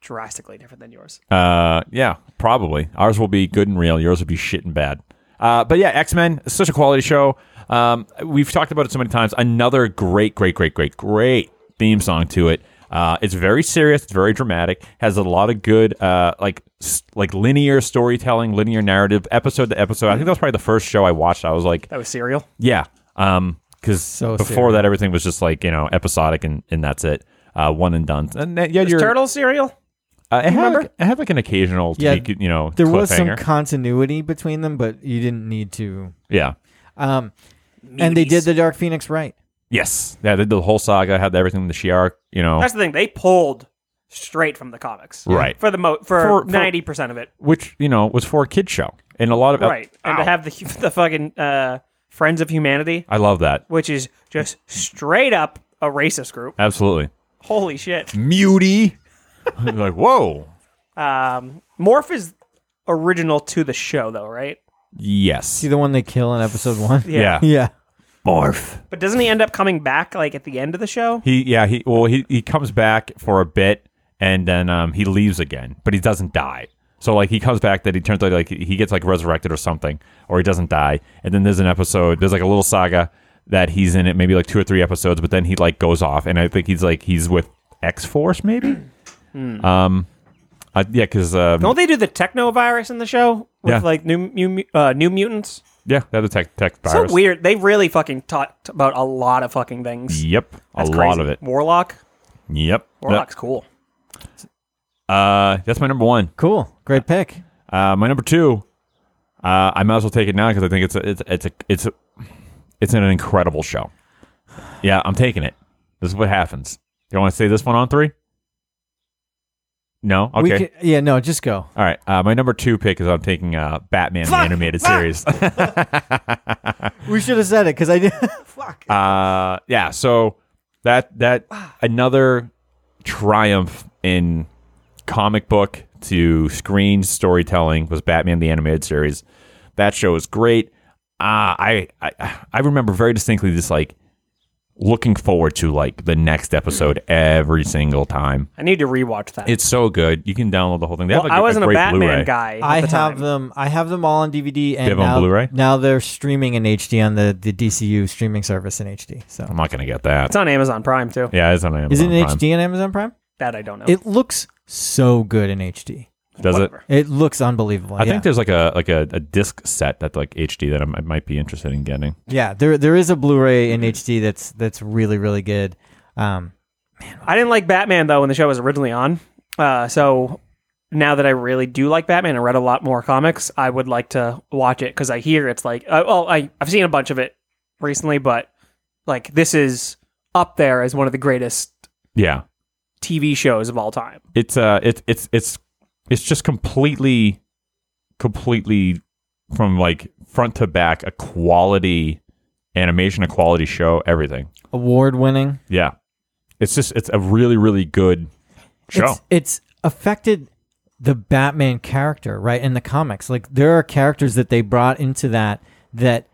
Speaker 1: drastically different than yours.
Speaker 2: Uh, yeah, probably. Ours will be good and real. Yours will be shit and bad. Uh, but yeah, X Men, such a quality show. Um, we've talked about it so many times. Another great, great, great, great, great theme song to it. Uh, it's very serious. It's very dramatic. Has a lot of good, uh, like s- like linear storytelling, linear narrative, episode to episode. I think that was probably the first show I watched. I was like,
Speaker 1: That was Serial.
Speaker 2: yeah. Um, because
Speaker 3: So
Speaker 2: before
Speaker 3: serious.
Speaker 2: that, everything was just like you know episodic and, and that's it. Uh, one and done. And that- yeah,
Speaker 1: Was
Speaker 2: you're
Speaker 1: Turtle Serial?
Speaker 2: Uh, it, had
Speaker 1: remember?
Speaker 2: like, it had like an occasional,
Speaker 3: Yeah,
Speaker 2: tweak, you know,
Speaker 3: There was some
Speaker 2: cliffhanger.
Speaker 3: continuity between them, but you didn't need to.
Speaker 2: Yeah.
Speaker 3: Um, and they did the Dark Phoenix right.
Speaker 2: Yes. Yeah, they did the whole saga, had everything in the Shi'ar, you know,
Speaker 1: That's the thing. They pulled straight from the comics.
Speaker 2: Right.
Speaker 1: For the mo-
Speaker 2: For-
Speaker 1: for
Speaker 2: for-
Speaker 1: ninety percent of it.
Speaker 2: which, you know, was for a kid show. And a lot of uh,
Speaker 1: <laughs> Right. and
Speaker 2: Oh, Ow.
Speaker 1: to have the the fucking uh, Friends of Humanity,
Speaker 2: I love that.
Speaker 1: which is just straight up a racist group.
Speaker 2: Absolutely.
Speaker 1: Holy shit.
Speaker 2: Muty. <laughs> like, whoa.
Speaker 1: Um, Morph is original to the show, though, right?
Speaker 2: Yes.
Speaker 3: See the one they kill in episode one?
Speaker 2: Yeah.
Speaker 3: <laughs> yeah.
Speaker 2: Morph.
Speaker 1: But doesn't he end up coming back like at the end of the show?
Speaker 2: He yeah, he well he, he comes back for a bit and then um he leaves again, but he doesn't die. So like he comes back that he turns out like he gets like resurrected or something, or he doesn't die. And then there's an episode, there's like a little saga that he's in it, maybe like two or three episodes, but then he like goes off and I think he's like he's with X Force maybe? Um uh, yeah, because um,
Speaker 1: Don't they do the techno virus in the show with
Speaker 2: Yeah.
Speaker 1: like new new, uh, new mutants?
Speaker 2: yeah, they have the tech tech virus.
Speaker 1: So weird. They really fucking talked about a lot of fucking things.
Speaker 2: Yep,
Speaker 1: That's
Speaker 2: a lot
Speaker 1: crazy.
Speaker 2: of it.
Speaker 1: Warlock.
Speaker 2: Yep.
Speaker 1: Warlock's cool.
Speaker 2: Uh, that's my number one.
Speaker 3: Cool. Great pick.
Speaker 2: Uh, my number two, uh, I might as well take it now because I think it's a, it's it's a, it's a, it's an incredible show. Yeah, I'm taking it. This is what happens. You want to say this one on three? No.
Speaker 3: We
Speaker 2: Okay.
Speaker 3: ca- yeah, no, just go.
Speaker 2: All right. Uh, my number two pick is I'm taking uh, Batman the animated series.
Speaker 3: We should have said it because I did. Fuck.
Speaker 2: uh, yeah. So that that another triumph in comic book to screen storytelling was Batman the animated series. That show is great. Uh, I, I I remember very distinctly just like looking forward to like the next episode every single time.
Speaker 1: I need to rewatch that.
Speaker 2: It's so good. You can download the whole thing. They
Speaker 1: well,
Speaker 2: have, like,
Speaker 1: I wasn't a,
Speaker 2: great
Speaker 1: Batman
Speaker 2: Blu-ray.
Speaker 1: guy. at
Speaker 3: I
Speaker 1: the
Speaker 3: have
Speaker 1: time.
Speaker 3: them. I have them all on DVD and
Speaker 2: have them on
Speaker 3: now,
Speaker 2: Blu-ray?
Speaker 3: now they're streaming in HD on the, the DCU streaming service in HD. So
Speaker 2: I'm not gonna get that.
Speaker 1: It's on Amazon Prime too.
Speaker 2: yeah, it's on Amazon.
Speaker 3: is it in
Speaker 2: Prime.
Speaker 3: HD on Amazon Prime?
Speaker 1: That I don't know.
Speaker 3: It looks so good in HD.
Speaker 2: Does it?
Speaker 1: Whatever.
Speaker 3: It looks unbelievable.
Speaker 2: I
Speaker 3: yeah.
Speaker 2: think there's like a like a, a disc set that's like HD that I'm, I might be interested in getting.
Speaker 3: yeah, there there is a Blu-ray in HD that's that's really really good. Um,
Speaker 1: I didn't like Batman though when the show was originally on. Uh, so now that I really do like Batman and read a lot more comics, I would like to watch it because I hear it's like, uh, well, I I've seen a bunch of it recently, but like this is up there as one of the greatest
Speaker 2: Yeah,
Speaker 1: TV shows of all time.
Speaker 2: it's uh, it's it's it's it's just completely, completely from like front to back a quality animation, a quality show, everything.
Speaker 3: award-winning.
Speaker 2: Yeah, it's just it's a really really good show.
Speaker 3: It's, it's affected the Batman character, right? In the comics, like there are characters that they brought into that that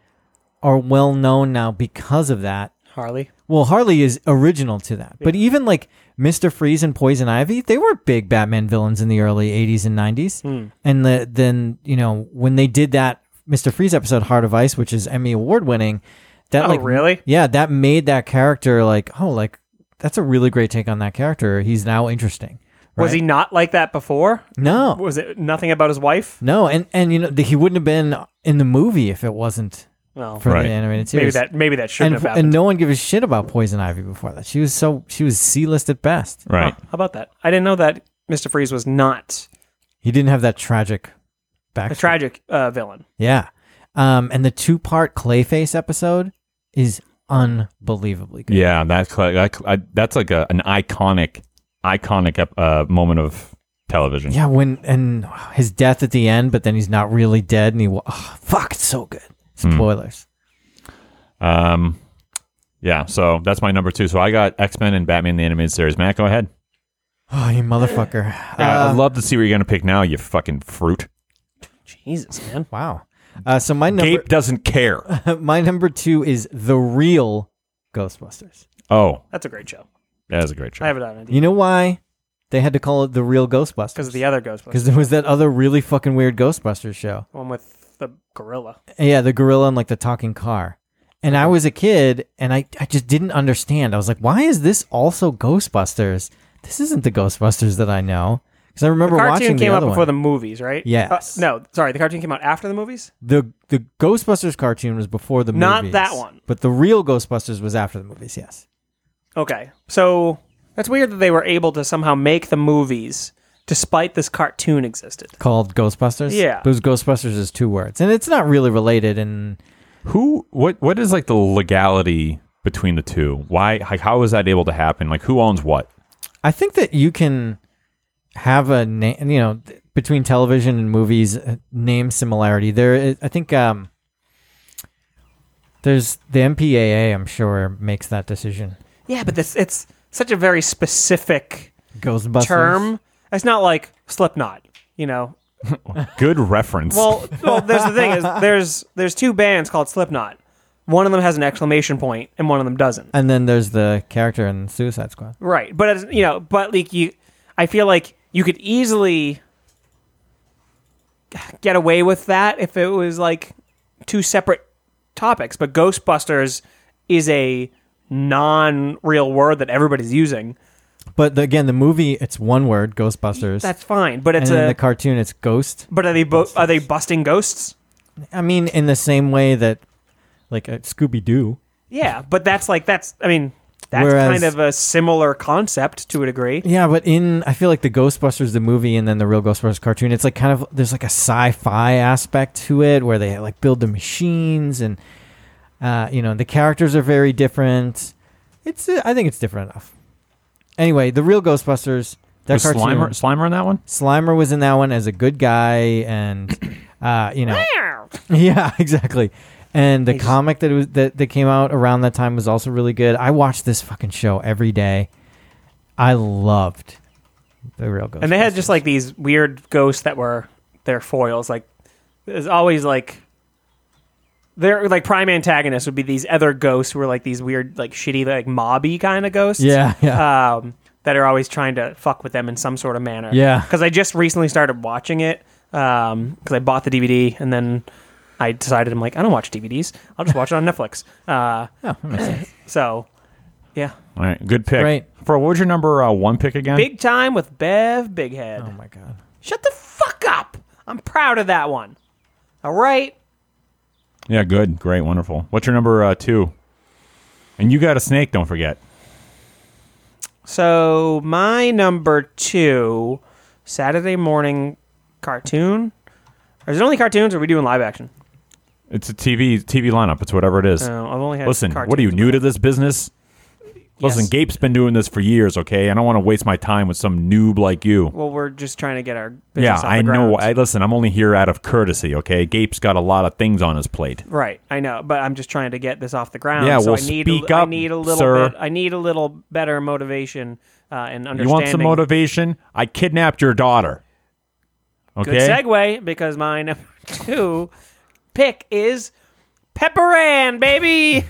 Speaker 3: are well known now because of that.
Speaker 1: Harley.
Speaker 3: Well, Harley is original to that, but even like Mister Freeze and Poison Ivy, they were big Batman villains in the early '80s and '90s.
Speaker 1: Hmm.
Speaker 3: And the, then you know when they did that Mister Freeze episode, Heart of Ice, which is Emmy award winning, that
Speaker 1: Oh,
Speaker 3: like
Speaker 1: really?
Speaker 3: yeah, that made that character like oh like that's a really great take on that character. He's now interesting.
Speaker 1: Was he not like that before?
Speaker 3: No,
Speaker 1: Was it nothing about his wife?
Speaker 3: no, and and you know th- he wouldn't have been in the movie if it wasn't
Speaker 1: Well,
Speaker 3: for
Speaker 2: Right.
Speaker 3: the animated
Speaker 1: maybe
Speaker 3: series.
Speaker 1: that maybe that shouldn't
Speaker 3: and,
Speaker 1: have happened.
Speaker 3: and no one gave a shit about Poison Ivy before that. She was so she was C list at best.
Speaker 2: right.
Speaker 1: How about that? I didn't know that Mister Freeze was not
Speaker 3: He didn't have that tragic backstory.
Speaker 1: a tragic uh, villain.
Speaker 3: yeah. Um, and the two part Clayface episode is unbelievably good.
Speaker 2: Yeah, that's cl- that, cl- I, that's like a, an iconic iconic ep- uh, moment of television.
Speaker 3: Yeah, when and his death at the end, but then he's not really dead, and he wa- oh, fuck, it's so good. Spoilers.
Speaker 2: Um, yeah. So that's my number two. So I got X Men and Batman the animated series. Matt, go ahead.
Speaker 3: Oh,
Speaker 1: <laughs>
Speaker 3: you motherfucker! Uh,
Speaker 2: I- I'd love to see what you're gonna pick now. You fucking fruit.
Speaker 1: Jesus, man.
Speaker 3: Wow. Uh, so my number
Speaker 2: Gabe doesn't care.
Speaker 1: <laughs>
Speaker 3: <laughs> my number two is the real Ghostbusters.
Speaker 2: Oh,
Speaker 1: That's a great show.
Speaker 2: that is a great show.
Speaker 1: I have it on
Speaker 3: You know why they had to call it the real Ghostbusters?
Speaker 1: because of the other Ghostbusters,
Speaker 3: because there was that other really fucking weird Ghostbusters show.
Speaker 1: one with the gorilla.
Speaker 3: Yeah, the gorilla and like the talking car. And I was a kid and I, I just didn't understand. I was like, why is this also Ghostbusters? This isn't the Ghostbusters that I know. Because I
Speaker 1: The
Speaker 3: remember watching
Speaker 1: cartoon
Speaker 3: the
Speaker 1: came out
Speaker 3: other
Speaker 1: before
Speaker 3: one.
Speaker 1: the movies, right?
Speaker 3: Yes.
Speaker 1: Uh, no, sorry, the cartoon came out after the movies.
Speaker 3: The, the Ghostbusters cartoon was before the
Speaker 1: Not
Speaker 3: movies.
Speaker 1: that one.
Speaker 3: But the real Ghostbusters was after the movies, yes.
Speaker 1: Okay, so that's weird that they were able to somehow make the movies despite this cartoon existed.
Speaker 3: Called Ghostbusters?
Speaker 1: Yeah.
Speaker 3: Those Ghostbusters is two words. And it's not really related and
Speaker 2: who? What? What is like the legality between the two? Why? Like, how is that able to happen? Like, who owns what?
Speaker 3: I think that you can have a name, you know, th- between television and movies, uh, name similarity. There, is, I think, um, There's the MPAA. I'm sure makes that decision.
Speaker 1: Yeah, but this it's such a very specific
Speaker 3: Ghostbusters
Speaker 1: term. It's not like Slipknot, you know.
Speaker 2: Good reference.
Speaker 1: <laughs> Well, well, there's the thing is there's there's two bands called Slipknot. One of them has an exclamation point, and one of them doesn't.
Speaker 3: And then there's the character in Suicide Squad.
Speaker 1: Right, but as, you know, but like you, I feel like you could easily get away with that if it was like two separate topics. But Ghostbusters is a non-real word that everybody's using.
Speaker 3: But the, again, the movie it's one word, Ghostbusters.
Speaker 1: That's fine, but it's
Speaker 3: and in
Speaker 1: a.
Speaker 3: the cartoon it's Ghost.
Speaker 1: but are they bo- are they busting ghosts?
Speaker 3: I mean, in the same way that like uh, Scooby Doo.
Speaker 1: Yeah, but that's like that's. I mean, that's
Speaker 3: Whereas-
Speaker 1: kind of a similar concept to a degree.
Speaker 3: Yeah, but in I feel like the Ghostbusters the movie and then the real Ghostbusters cartoon, it's like kind of there's like a sci-fi aspect to it where they like build the machines and uh, you know the characters are very different. It's uh, I think it's different enough. Anyway, the real Ghostbusters, their
Speaker 2: Was
Speaker 3: cartoon,
Speaker 2: Slimer, Slimer in that one?
Speaker 3: Slimer was in that one as a good guy, and <coughs> uh, you know, yeah, <laughs> exactly. And the comic that it was that, that came out around that time was also really good. I watched this fucking show every day. I loved the real Ghostbusters.
Speaker 1: and they had just like these weird ghosts that were their foils. Like there's always like their like prime antagonists would be these other ghosts who were like these weird like shitty like mobby kind of ghosts. <laughs>
Speaker 3: yeah, yeah.
Speaker 1: Um, that are always trying to fuck with them in some sort of manner.
Speaker 3: Yeah.
Speaker 1: Because I just recently started watching it. Um, because I bought the DVD and then I decided I'm like I don't watch DVDs. I'll just watch it on Netflix.
Speaker 3: <laughs>
Speaker 1: Uh,
Speaker 3: Oh, that makes sense.
Speaker 1: so yeah,
Speaker 2: All right, good pick.
Speaker 3: Great.
Speaker 2: Bro, what was your number uh, one pick again?
Speaker 1: big time with Bev Bighead.
Speaker 3: oh my god.
Speaker 1: Shut the fuck up. I'm proud of that one. All right.
Speaker 2: Yeah, good, great, wonderful. What's your number uh, two? And you got a snake, don't forget.
Speaker 1: So my number two Saturday morning cartoon. Is it only cartoons or are we doing live action?
Speaker 2: It's a TV TV lineup. It's whatever it is.
Speaker 1: No, I've only had
Speaker 2: Listen,
Speaker 1: cartoons.
Speaker 2: what are you new to this business? Listen,
Speaker 1: Yes.
Speaker 2: Gape's been doing this for years. Okay, I don't want to waste my time with some noob like you.
Speaker 1: Well, we're just trying to get our business
Speaker 2: yeah,
Speaker 1: off the
Speaker 2: I know.
Speaker 1: ground.
Speaker 2: I listen. I'm only here out of courtesy. Okay, Gape's got a lot of things on his plate.
Speaker 1: right, I know, but I'm just trying to get this off the ground.
Speaker 2: Yeah,
Speaker 1: so
Speaker 2: well,
Speaker 1: I need
Speaker 2: speak
Speaker 1: a, I
Speaker 2: up,
Speaker 1: need a little
Speaker 2: sir.
Speaker 1: bit. I need a little better motivation uh, and understanding.
Speaker 2: You want some motivation? I kidnapped your daughter.
Speaker 1: Good
Speaker 2: Okay.
Speaker 1: segue because my number two pick is Pepper Ann, baby.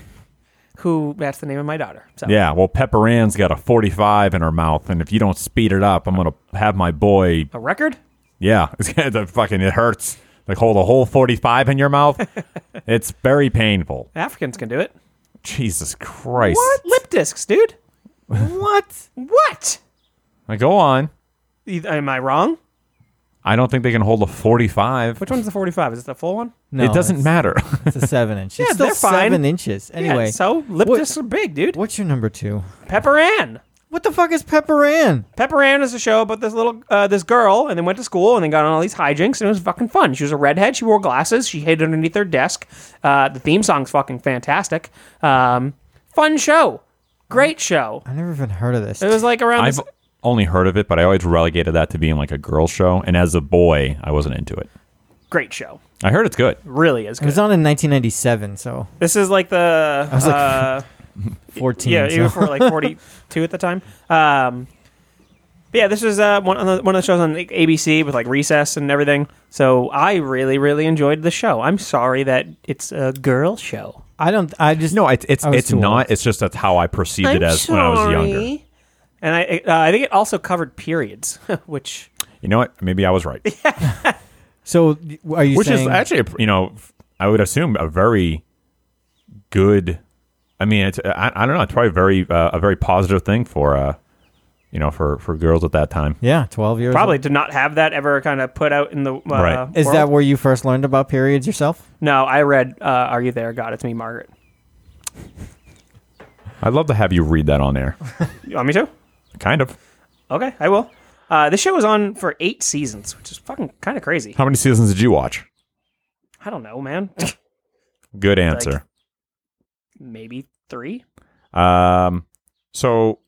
Speaker 1: Who? That's the name of my daughter. So
Speaker 2: Yeah, well, Pepper Ann's got a 45 in her mouth, and if you don't speed it up, I'm gonna have my boy
Speaker 1: a record.
Speaker 2: Yeah, <laughs> it's gonna the fucking it hurts. Like hold a whole forty five in your
Speaker 1: <laughs>
Speaker 2: mouth. it's very painful.
Speaker 1: Africans can do it.
Speaker 2: Jesus Christ!
Speaker 1: What lip discs, dude?
Speaker 3: What?
Speaker 1: Uh, What?
Speaker 2: Like, go on.
Speaker 1: E- Am I wrong?
Speaker 2: I don't think they can hold a forty five.
Speaker 1: Which one's the forty-five? Is it the full one?
Speaker 3: No,
Speaker 2: it doesn't
Speaker 3: it's-
Speaker 2: matter. <laughs>
Speaker 3: It's a seven
Speaker 1: <laughs>
Speaker 3: inch.
Speaker 1: Yeah,
Speaker 3: it's still
Speaker 1: they're fine.
Speaker 3: seven inches. Anyway,
Speaker 1: Yeah, so lip
Speaker 3: what-
Speaker 1: discs are big, dude.
Speaker 3: what's your number two?
Speaker 1: Pepper Ann.
Speaker 3: What the fuck is Pepper Ann?
Speaker 1: Pepper Ann is a show about this little uh, this girl, and then went to school, and then got on all these hijinks, and it was fucking fun. She was a redhead. She wore glasses. She hid underneath her desk. Uh, the theme song's fucking fantastic. Um, fun show, great show.
Speaker 3: I've never even heard of this.
Speaker 1: It was like around.
Speaker 2: I've
Speaker 1: This,
Speaker 2: only heard of it, but I always relegated that to being like a girl show. And as a boy, I wasn't into it.
Speaker 1: great show,
Speaker 2: I heard it's good.
Speaker 1: really is
Speaker 3: It
Speaker 1: good.
Speaker 3: was on in 1997, so
Speaker 1: this is like the.
Speaker 3: was like, <laughs>
Speaker 1: uh,
Speaker 3: 14.
Speaker 1: Yeah,
Speaker 3: so-
Speaker 1: even for like 42 at the time. Um, but yeah, this was uh, one of the, one of the shows on like, ABC with like Recess and everything. So I really, really enjoyed the show. I'm sorry that it's a girl show.
Speaker 3: I don't. I just
Speaker 2: No, it's it's
Speaker 3: I was
Speaker 2: it's
Speaker 3: too old.
Speaker 2: not. It's just that's how I perceived
Speaker 1: I'm
Speaker 2: it as when I was younger.
Speaker 1: sorry. And I, uh, I think it also covered periods, <laughs> which
Speaker 2: You know what? Maybe I was right.
Speaker 3: So are you
Speaker 2: which
Speaker 3: saying?
Speaker 2: is actually a- you know i would assume a very good i mean it's i, I don't know it's probably very uh, a very positive thing for uh you know for for girls at that time
Speaker 3: yeah, 12 years.
Speaker 1: probably
Speaker 3: old.
Speaker 1: did not have that ever kind of put out in the uh,
Speaker 2: Right.
Speaker 3: Is
Speaker 1: world.
Speaker 3: that where you first learned about periods yourself?
Speaker 1: no? I read uh, "Are You There, God?" It's me, Margaret.
Speaker 2: i'd love to have you read that on air
Speaker 1: You want me to?
Speaker 2: kind of
Speaker 1: Okay, I will. Uh, this show was on for eight seasons, which is fucking kind of crazy.
Speaker 2: how many seasons did you watch
Speaker 1: I don't know, man. <laughs>
Speaker 2: good answer
Speaker 1: Maybe three.
Speaker 2: um so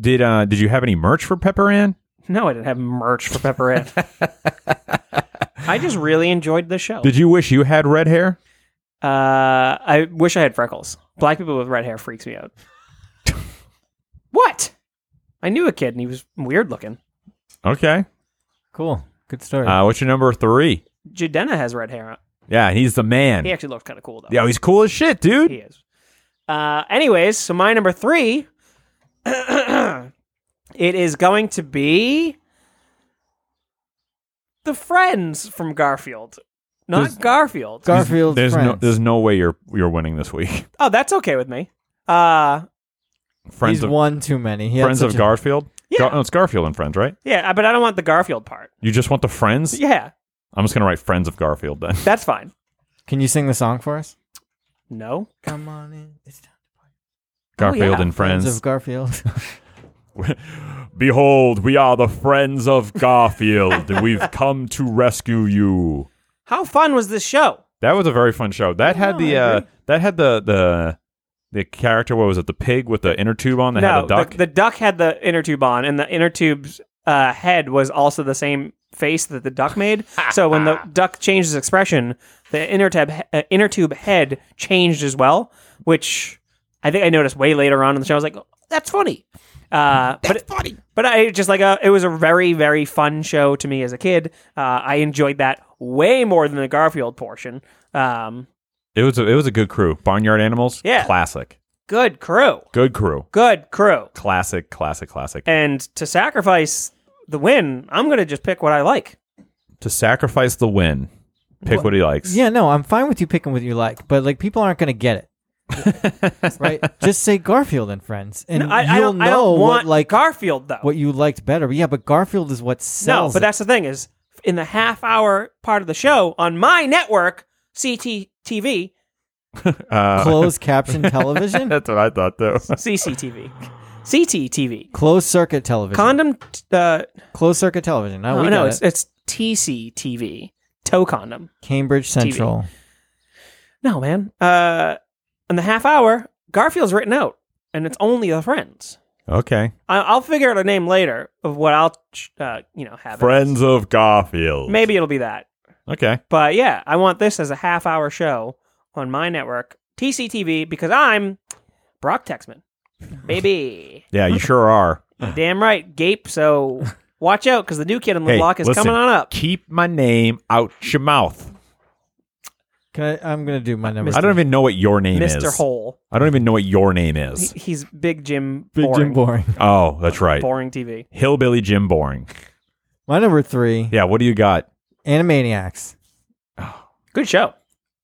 Speaker 2: did uh did you have any merch for pepper ann
Speaker 1: No, I didn't have merch for Pepper
Speaker 2: <laughs>
Speaker 1: Ann. I just really enjoyed the show.
Speaker 3: Oh.
Speaker 2: did you wish you had red hair
Speaker 1: Uh, I wish I had freckles. Black people with red hair freaks me out. <laughs> what? I knew a kid and he was weird looking.
Speaker 2: Okay.
Speaker 3: Cool. Good story.
Speaker 2: Uh, what's your number three?
Speaker 1: Jadenna has red hair.
Speaker 2: Yeah, he's the man.
Speaker 1: He actually looks kind of cool though.
Speaker 2: Yeah, he's cool as shit, dude.
Speaker 1: He is. Uh, anyways, so my number three, <clears throat> it is going to be the friends from Garfield, not
Speaker 3: There's-
Speaker 1: Garfield.
Speaker 3: Garfield.
Speaker 2: There's no,
Speaker 3: friends.
Speaker 2: there's no way you're you're winning this week. <laughs>
Speaker 1: oh, that's okay with me. Uh,
Speaker 2: Friends
Speaker 3: He's
Speaker 2: of
Speaker 3: one too many. He had
Speaker 2: Friends
Speaker 3: such
Speaker 2: of
Speaker 3: a-
Speaker 2: Garfield.
Speaker 1: Yeah.
Speaker 2: Gar- no, it's Garfield and Friends, right?
Speaker 1: yeah, I- but I don't want the Garfield part.
Speaker 2: You just want the friends.
Speaker 1: Yeah,
Speaker 2: I'm just gonna write Friends of Garfield
Speaker 3: Oh,
Speaker 2: then.
Speaker 1: that's fine.
Speaker 3: Can you sing the song for us?
Speaker 1: No,
Speaker 3: Come on in. It's time.
Speaker 2: Garfield
Speaker 1: yeah.
Speaker 2: and
Speaker 3: Friends
Speaker 2: Friends.
Speaker 3: of Garfield. <laughs>
Speaker 2: Behold, we are the friends of Garfield. We've come to rescue you.
Speaker 1: how fun was this show?
Speaker 2: That was a very fun show. That had the uh, that had the the the character. What was it? The pig with the inner tube on that had
Speaker 1: no,
Speaker 2: a duck.
Speaker 1: The, the duck had the inner tube on, and the inner tube's uh, head was also the same face that the
Speaker 2: <laughs>
Speaker 1: duck made. so when the duck changed his expression, the inner tube uh, inner tube head changed as well, which I think I noticed way later on in the show. I was like, oh, "That's funny." Uh, but it- But I just like uh it was a very very fun show to me as a kid. Uh, I enjoyed that way more than the Garfield portion. Um,
Speaker 2: it was a, it was a good crew. Barnyard Animals.
Speaker 1: Yeah.
Speaker 2: Classic.
Speaker 1: good crew,
Speaker 2: Good crew.
Speaker 1: good crew.
Speaker 2: Classic. Classic. Classic.
Speaker 1: and to sacrifice the win, I'm gonna just pick what I like.
Speaker 2: to sacrifice the win, pick what he likes.
Speaker 3: yeah, no, I'm fine with you picking what you like, but like people aren't going to get <laughs> it. right? Just say Garfield and Friends, and
Speaker 1: No, I,
Speaker 3: you'll
Speaker 1: I don't,
Speaker 3: know
Speaker 1: I don't want
Speaker 3: what like
Speaker 1: Garfield though.
Speaker 3: what you liked better. But yeah, but Garfield is what
Speaker 1: no,
Speaker 3: sells.
Speaker 1: but that's the thing is in the half hour part of the show on my network, CTTV,
Speaker 2: <laughs>
Speaker 3: it.
Speaker 1: <laughs>
Speaker 3: closed caption television,
Speaker 2: Uh, That's what I thought though.
Speaker 1: CCTV, CTTV,
Speaker 3: closed circuit television,
Speaker 1: condom. T- uh,
Speaker 3: closed circuit television. No,
Speaker 1: oh,
Speaker 3: we
Speaker 1: no,
Speaker 3: know
Speaker 1: it's,
Speaker 3: it.
Speaker 1: it's TCTV, toe condom.
Speaker 3: Cambridge Central.
Speaker 1: No, man. Uh, in the half hour, Garfield's written out, and it's only the friends.
Speaker 2: Okay.
Speaker 1: I- I'll figure out a name later of what I'll, ch- uh, you know, have. it as.
Speaker 2: Friends of Garfield.
Speaker 1: Maybe it'll be that.
Speaker 2: Okay.
Speaker 1: But yeah, I want this as a half hour show on my network, TCTV, because I'm Brock Texman.
Speaker 2: <laughs>
Speaker 1: Baby.
Speaker 2: Yeah, you sure are.
Speaker 1: You Damn right, Gape.
Speaker 2: <laughs>
Speaker 1: So watch out because the new kid on the
Speaker 2: Hey,
Speaker 1: block is
Speaker 2: listen.
Speaker 1: coming on up.
Speaker 2: Keep my name out your mouth.
Speaker 3: Can I, I'm going to do my number.
Speaker 2: I don't even know what your name is.
Speaker 1: Mr. Hole.
Speaker 2: I don't even know what your name
Speaker 1: He-
Speaker 2: is.
Speaker 1: he's Big Jim
Speaker 3: Big Jim Boring.
Speaker 2: Oh, that's right.
Speaker 1: Boring TV.
Speaker 2: Hillbilly Jim Boring.
Speaker 3: My number three,
Speaker 2: Yeah, what do you got?
Speaker 3: Animaniacs.
Speaker 1: Good show.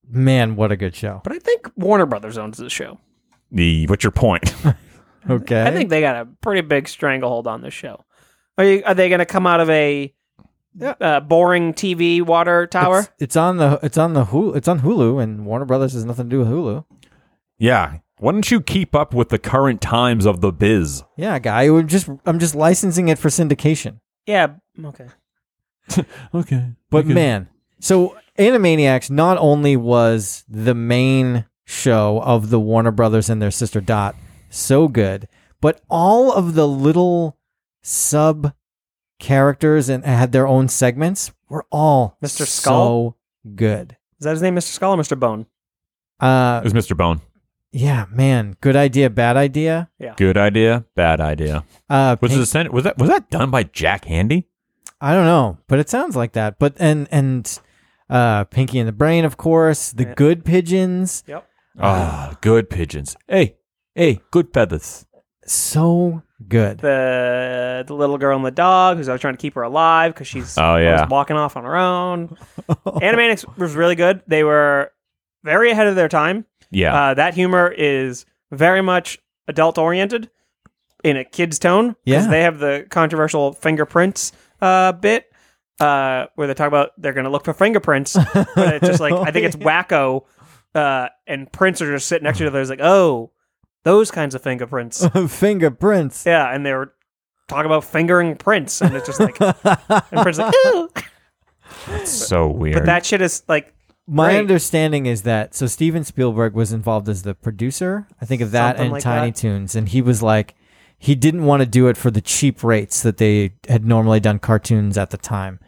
Speaker 3: Man, what a good show.
Speaker 1: But I think Warner Brothers owns this show.
Speaker 2: The what's your point? <laughs>
Speaker 3: Okay.
Speaker 1: I think they got a pretty big stranglehold on this show. Are you? Are they going to come out of a uh, boring TV water tower?
Speaker 3: It's, it's on the it's on the Hulu it's on Hulu and Warner Brothers has nothing to do with Hulu.
Speaker 2: yeah. Why don't you keep up with the current times of the biz?
Speaker 3: Yeah, guy, we're just I'm just licensing it for syndication.
Speaker 1: yeah. Okay.
Speaker 2: Okay.
Speaker 3: But man, so Animaniacs not only was the main show of the Warner Brothers and their sister Dot so good, but all of the little sub characters and had their own segments were all
Speaker 1: Mr. Skull?
Speaker 3: so good.
Speaker 1: Is that his name, Mr. Skull or Mr. Bone?
Speaker 3: Uh,
Speaker 2: It was Mr. Bone.
Speaker 3: yeah, man, good idea, bad idea.
Speaker 2: Good idea, bad idea.
Speaker 3: Uh,
Speaker 2: Was
Speaker 3: Pink-
Speaker 2: it sent was that was that done by Jack Handy?
Speaker 3: I don't know, but it sounds like that. But and and uh, Pinky and the Brain, of course, the
Speaker 1: Yeah.
Speaker 3: good pigeons,
Speaker 1: Yep.
Speaker 2: Ah, good pigeons. Hey, hey, good feathers.
Speaker 3: so good.
Speaker 1: The the little girl and the dog who's always trying to keep her alive because she's
Speaker 2: Oh,
Speaker 1: always
Speaker 2: yeah.
Speaker 1: walking off on
Speaker 2: <laughs>
Speaker 1: her own. Animaniacs was really good. They were very ahead of their time.
Speaker 2: Yeah.
Speaker 1: Uh, that humor is very much adult oriented in a kid's tone. 'cause
Speaker 3: Yeah.
Speaker 1: They have the controversial fingerprints uh, bit uh, where they talk about they're going to look for fingerprints. but it's just like, I
Speaker 2: <laughs>
Speaker 1: think it's wacko. Uh, and prints are just sitting next to each other. It's like, oh, those kinds of fingerprints.
Speaker 3: <laughs> Fingerprints.
Speaker 1: Yeah, and they were talking about fingering Prince, and it's just like, and Prince is like,
Speaker 3: <laughs>
Speaker 1: ooh.
Speaker 2: so weird.
Speaker 1: But that shit is like,
Speaker 3: My
Speaker 1: Great.
Speaker 3: understanding is that so Steven Spielberg was involved as the producer, I think of that
Speaker 1: Something
Speaker 3: and
Speaker 1: like
Speaker 3: Tiny
Speaker 1: that.
Speaker 3: Toons, and he was like he didn't want to do it for the cheap rates that they had normally done cartoons at the time.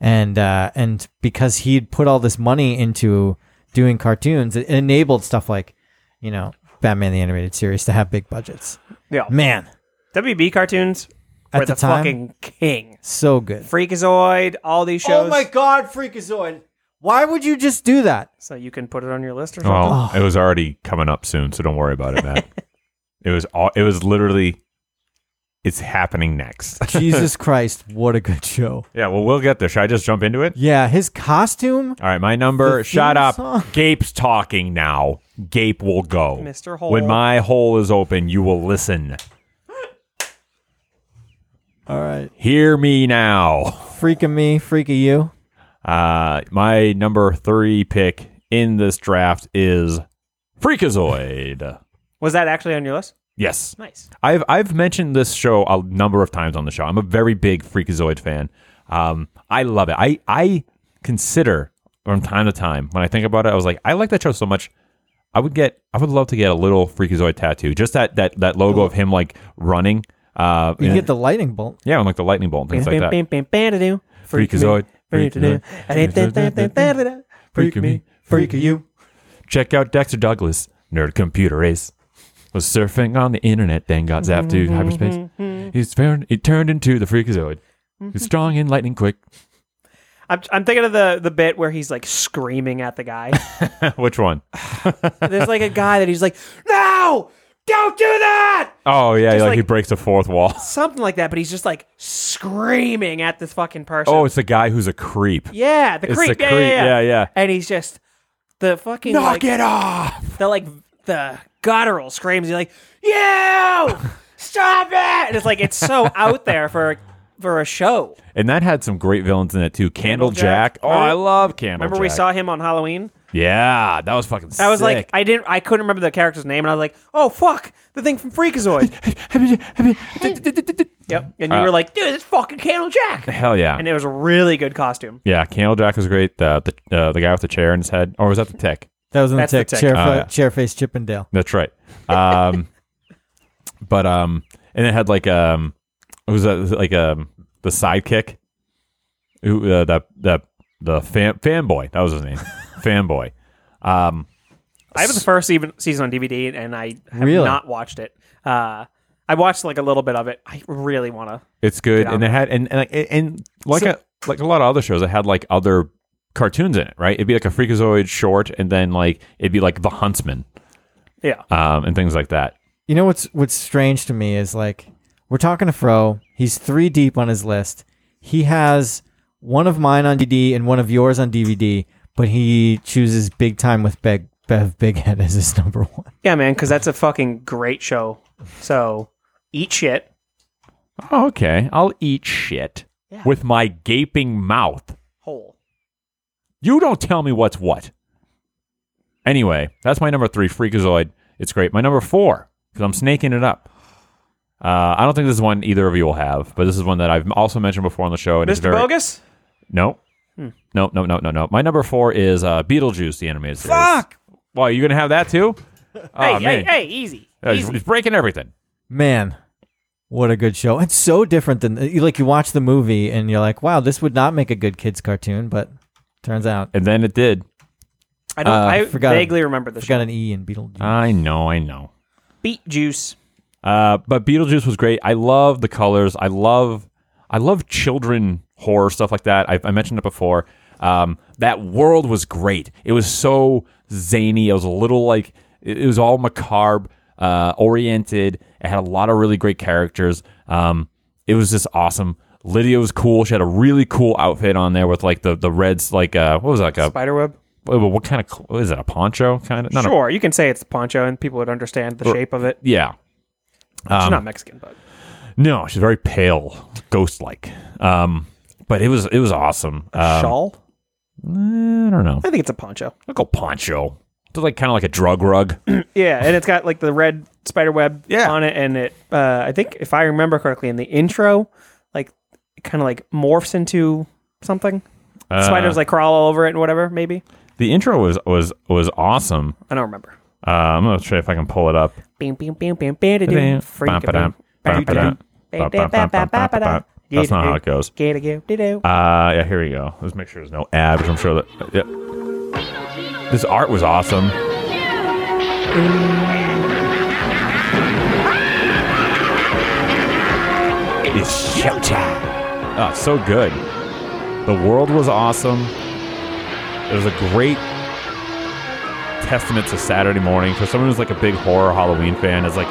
Speaker 3: And uh, and because he had put all this money into doing cartoons, it enabled stuff like, you know, Batman the Animated Series to have big budgets.
Speaker 1: Yeah.
Speaker 3: Man,
Speaker 1: WB cartoons
Speaker 3: At
Speaker 1: were
Speaker 3: the
Speaker 1: the,
Speaker 3: time-
Speaker 1: fucking king.
Speaker 3: so good.
Speaker 1: Freakazoid, all these shows.
Speaker 3: Oh my God, Freakazoid! Why would you just do that?
Speaker 1: So you can put it on your list or something.
Speaker 2: Well, Oh, it was already coming up soon, so don't worry about it,
Speaker 1: <laughs>
Speaker 2: Matt. it was all, it was literally it's happening next. <laughs>
Speaker 3: Jesus Christ, what a good show!
Speaker 2: yeah, well, we'll get there. Should I just jump into it?
Speaker 3: Yeah, his costume.
Speaker 2: All right, my number.
Speaker 3: The
Speaker 2: shut
Speaker 3: theme
Speaker 2: up.
Speaker 3: song. <laughs>
Speaker 2: Gape's talking now. Gape will go.
Speaker 1: Mr. Hole.
Speaker 2: When my hole is open, you will listen.
Speaker 3: All right,
Speaker 2: Hear me now.
Speaker 3: freaking me, freaking you.
Speaker 2: Uh, my number three pick in this draft is Freakazoid.
Speaker 1: Was that actually on your list?
Speaker 2: Yes.
Speaker 1: Nice.
Speaker 2: I've I've mentioned this show a number of times on the show. I'm a very big Freakazoid fan. Um, I love it. I I consider from time to time when I think about it, I was like, I like that show so much. I would get, I would love to get a little Freakazoid tattoo. Just that that that logo of him like running. Uh,
Speaker 3: You
Speaker 2: and-
Speaker 3: get the lightning bolt.
Speaker 2: yeah, and like the lightning bolt and things like that.
Speaker 1: Freakazoid.
Speaker 2: Freakazoid. Freakazoid.
Speaker 1: Freak me.
Speaker 3: Freak you.
Speaker 2: Check out Dexter Douglas, Nerd Computer Race. Was surfing on the internet, then got zapped to
Speaker 3: Mm-hmm,
Speaker 2: hyperspace. He's turned, he turned into the Freakazoid.
Speaker 3: Mm-hmm.
Speaker 2: He's strong and lightning quick. <laughs>
Speaker 1: I'm, I'm thinking of the, the bit where he's like screaming at the guy. <laughs>
Speaker 2: Which one?
Speaker 1: There's like a guy that he's like, no, don't do that.
Speaker 2: Oh yeah, like,
Speaker 1: like-
Speaker 2: he breaks the fourth
Speaker 1: <laughs>
Speaker 2: wall.
Speaker 1: Something like that, but he's just like screaming at this fucking person.
Speaker 2: Oh, it's the guy who's a creep.
Speaker 1: yeah, the
Speaker 2: it's
Speaker 1: creep.
Speaker 2: the
Speaker 1: yeah,
Speaker 2: creep.
Speaker 1: Yeah,
Speaker 2: Yeah, yeah.
Speaker 1: And he's just the fucking like,
Speaker 2: off.
Speaker 1: the like the guttural screams. You're like, you stop it. And it's like
Speaker 2: <laughs>
Speaker 1: it's so out there for for a show.
Speaker 2: And that had some great villains in it too. Candle
Speaker 1: Jack.
Speaker 2: Jack. Oh, I love Candle.
Speaker 1: Remember we
Speaker 2: Jack.
Speaker 1: saw him on Halloween?
Speaker 2: Yeah, that was fucking.
Speaker 1: I was like, I didn't, I couldn't remember the character's name, and I was like, oh fuck, the thing
Speaker 2: <laughs>
Speaker 1: from Freakazoid. yep. And you
Speaker 2: Uh,
Speaker 1: were like, dude, it's fucking Candle
Speaker 2: <laughs>
Speaker 1: Jack.
Speaker 2: hell yeah.
Speaker 1: And it was a really good costume.
Speaker 2: yeah, Candle Jack was great. The the uh, the guy with the chair in his head, or was that the tick?
Speaker 3: That was in the
Speaker 1: That's the
Speaker 3: tick.
Speaker 1: tick.
Speaker 3: Chair,
Speaker 2: Oh, yeah.
Speaker 3: Chairface Chippendale.
Speaker 2: That's right. Um, <laughs> but um, and it had like um, it was that like um the sidekick, who uh, that that the fan fanboy that was his name, fanboy. Um,
Speaker 1: I have the first even season on DVD, and I have
Speaker 3: Really?
Speaker 1: not watched it. Uh, I watched like a little bit of it. I really want to.
Speaker 2: it's good, and it had and and like, and like a like a lot of other shows, it had like other cartoons in it, right? It'd be like a Freakazoid short, and then like it'd be like the Huntsman,
Speaker 1: Yeah.
Speaker 2: um, and things like that.
Speaker 3: You know what's what's strange to me is like we're talking to Fro. He's three deep on his list. He has one of mine on DVD and one of yours on DVD, but he chooses Big Time with Beg, Bev Big Head as his <laughs> number one.
Speaker 1: Yeah, man, because that's a fucking great show. So eat shit.
Speaker 2: Oh, okay, I'll eat shit with my gaping mouth.
Speaker 1: Whole.
Speaker 2: You don't tell me what's what. Anyway, that's my number three, Freakazoid. It's great. My number four, because I'm snaking it up. Uh, I don't think this is one either of you will have, but this is one that I've also mentioned before on the show. And it's
Speaker 1: Mr.
Speaker 2: very,
Speaker 1: Bogus?
Speaker 2: No.
Speaker 1: Hmm.
Speaker 2: No, no, no, no, no. My number four is uh, Beetlejuice, the animated series.
Speaker 3: Fuck!
Speaker 2: Wow, you going to have that too?
Speaker 1: Hey,
Speaker 2: Oh,
Speaker 1: hey,
Speaker 2: man.
Speaker 1: hey, easy.
Speaker 2: Uh, he's, he's breaking everything.
Speaker 3: Man, what a good show! It's so different than you- like you watch the movie and you're like, wow, this would not make a good kids cartoon, but turns out
Speaker 2: And then it did.
Speaker 1: I don't.
Speaker 3: Uh,
Speaker 1: I
Speaker 3: forgot-
Speaker 1: vaguely remember the
Speaker 3: it's got
Speaker 1: show.
Speaker 3: an E in Beetlejuice.
Speaker 2: I know, I know.
Speaker 1: Beet Juice.
Speaker 2: Uh, but Beetlejuice was great. I love the colors. I love I love children horror stuff like that. I, I mentioned it before. Um, that world was great. It was so zany. It was a little like it, it was all macabre uh, oriented. It had a lot of really great characters. Um, it was just awesome. Lydia was cool. She had a really cool outfit on there with like the the reds like uh what was that like a
Speaker 1: Spiderweb.
Speaker 2: what, what kind of cl- what is it a poncho kind of not a,
Speaker 1: Sure, you can say it's the poncho, and people would understand the shape of it.
Speaker 2: yeah
Speaker 1: She's not Mexican, but
Speaker 2: No, she's very pale, ghost like. Um, but it was it was awesome. Um,
Speaker 1: shawl.
Speaker 2: I don't know.
Speaker 1: I think it's a poncho.
Speaker 2: I'll go poncho. It's like kind of like a drug rug.
Speaker 1: Yeah, and it's got like the red spider web
Speaker 2: Yeah.
Speaker 1: on it, and it. Uh, I think if I remember correctly, in the intro, like it kind of like morphs into something.
Speaker 2: Uh-huh.
Speaker 1: Spiders like crawl all over it and whatever. Maybe
Speaker 2: the intro was was was awesome.
Speaker 1: I don't remember.
Speaker 2: Uh, I'm gonna try if I can pull it up.
Speaker 1: Bing, bing, bing, bing, bing, da, doo, freak, a
Speaker 2: Bam-pa-dam,
Speaker 1: bing, bang,
Speaker 2: bam-pa-dam,
Speaker 1: bing, bing, bing, bing, bing, bing,
Speaker 2: bam-pa-dam. That's not how it goes.
Speaker 1: gay, da, goo, doo, doo.
Speaker 2: Uh, yeah, here we go. Let's make sure there's no abs. I'm sure that. Yeah. This art was awesome. It's showtime. Ah, so good. The world was awesome. It was a great testament to Saturday morning for someone who's like a big horror Halloween fan. Is like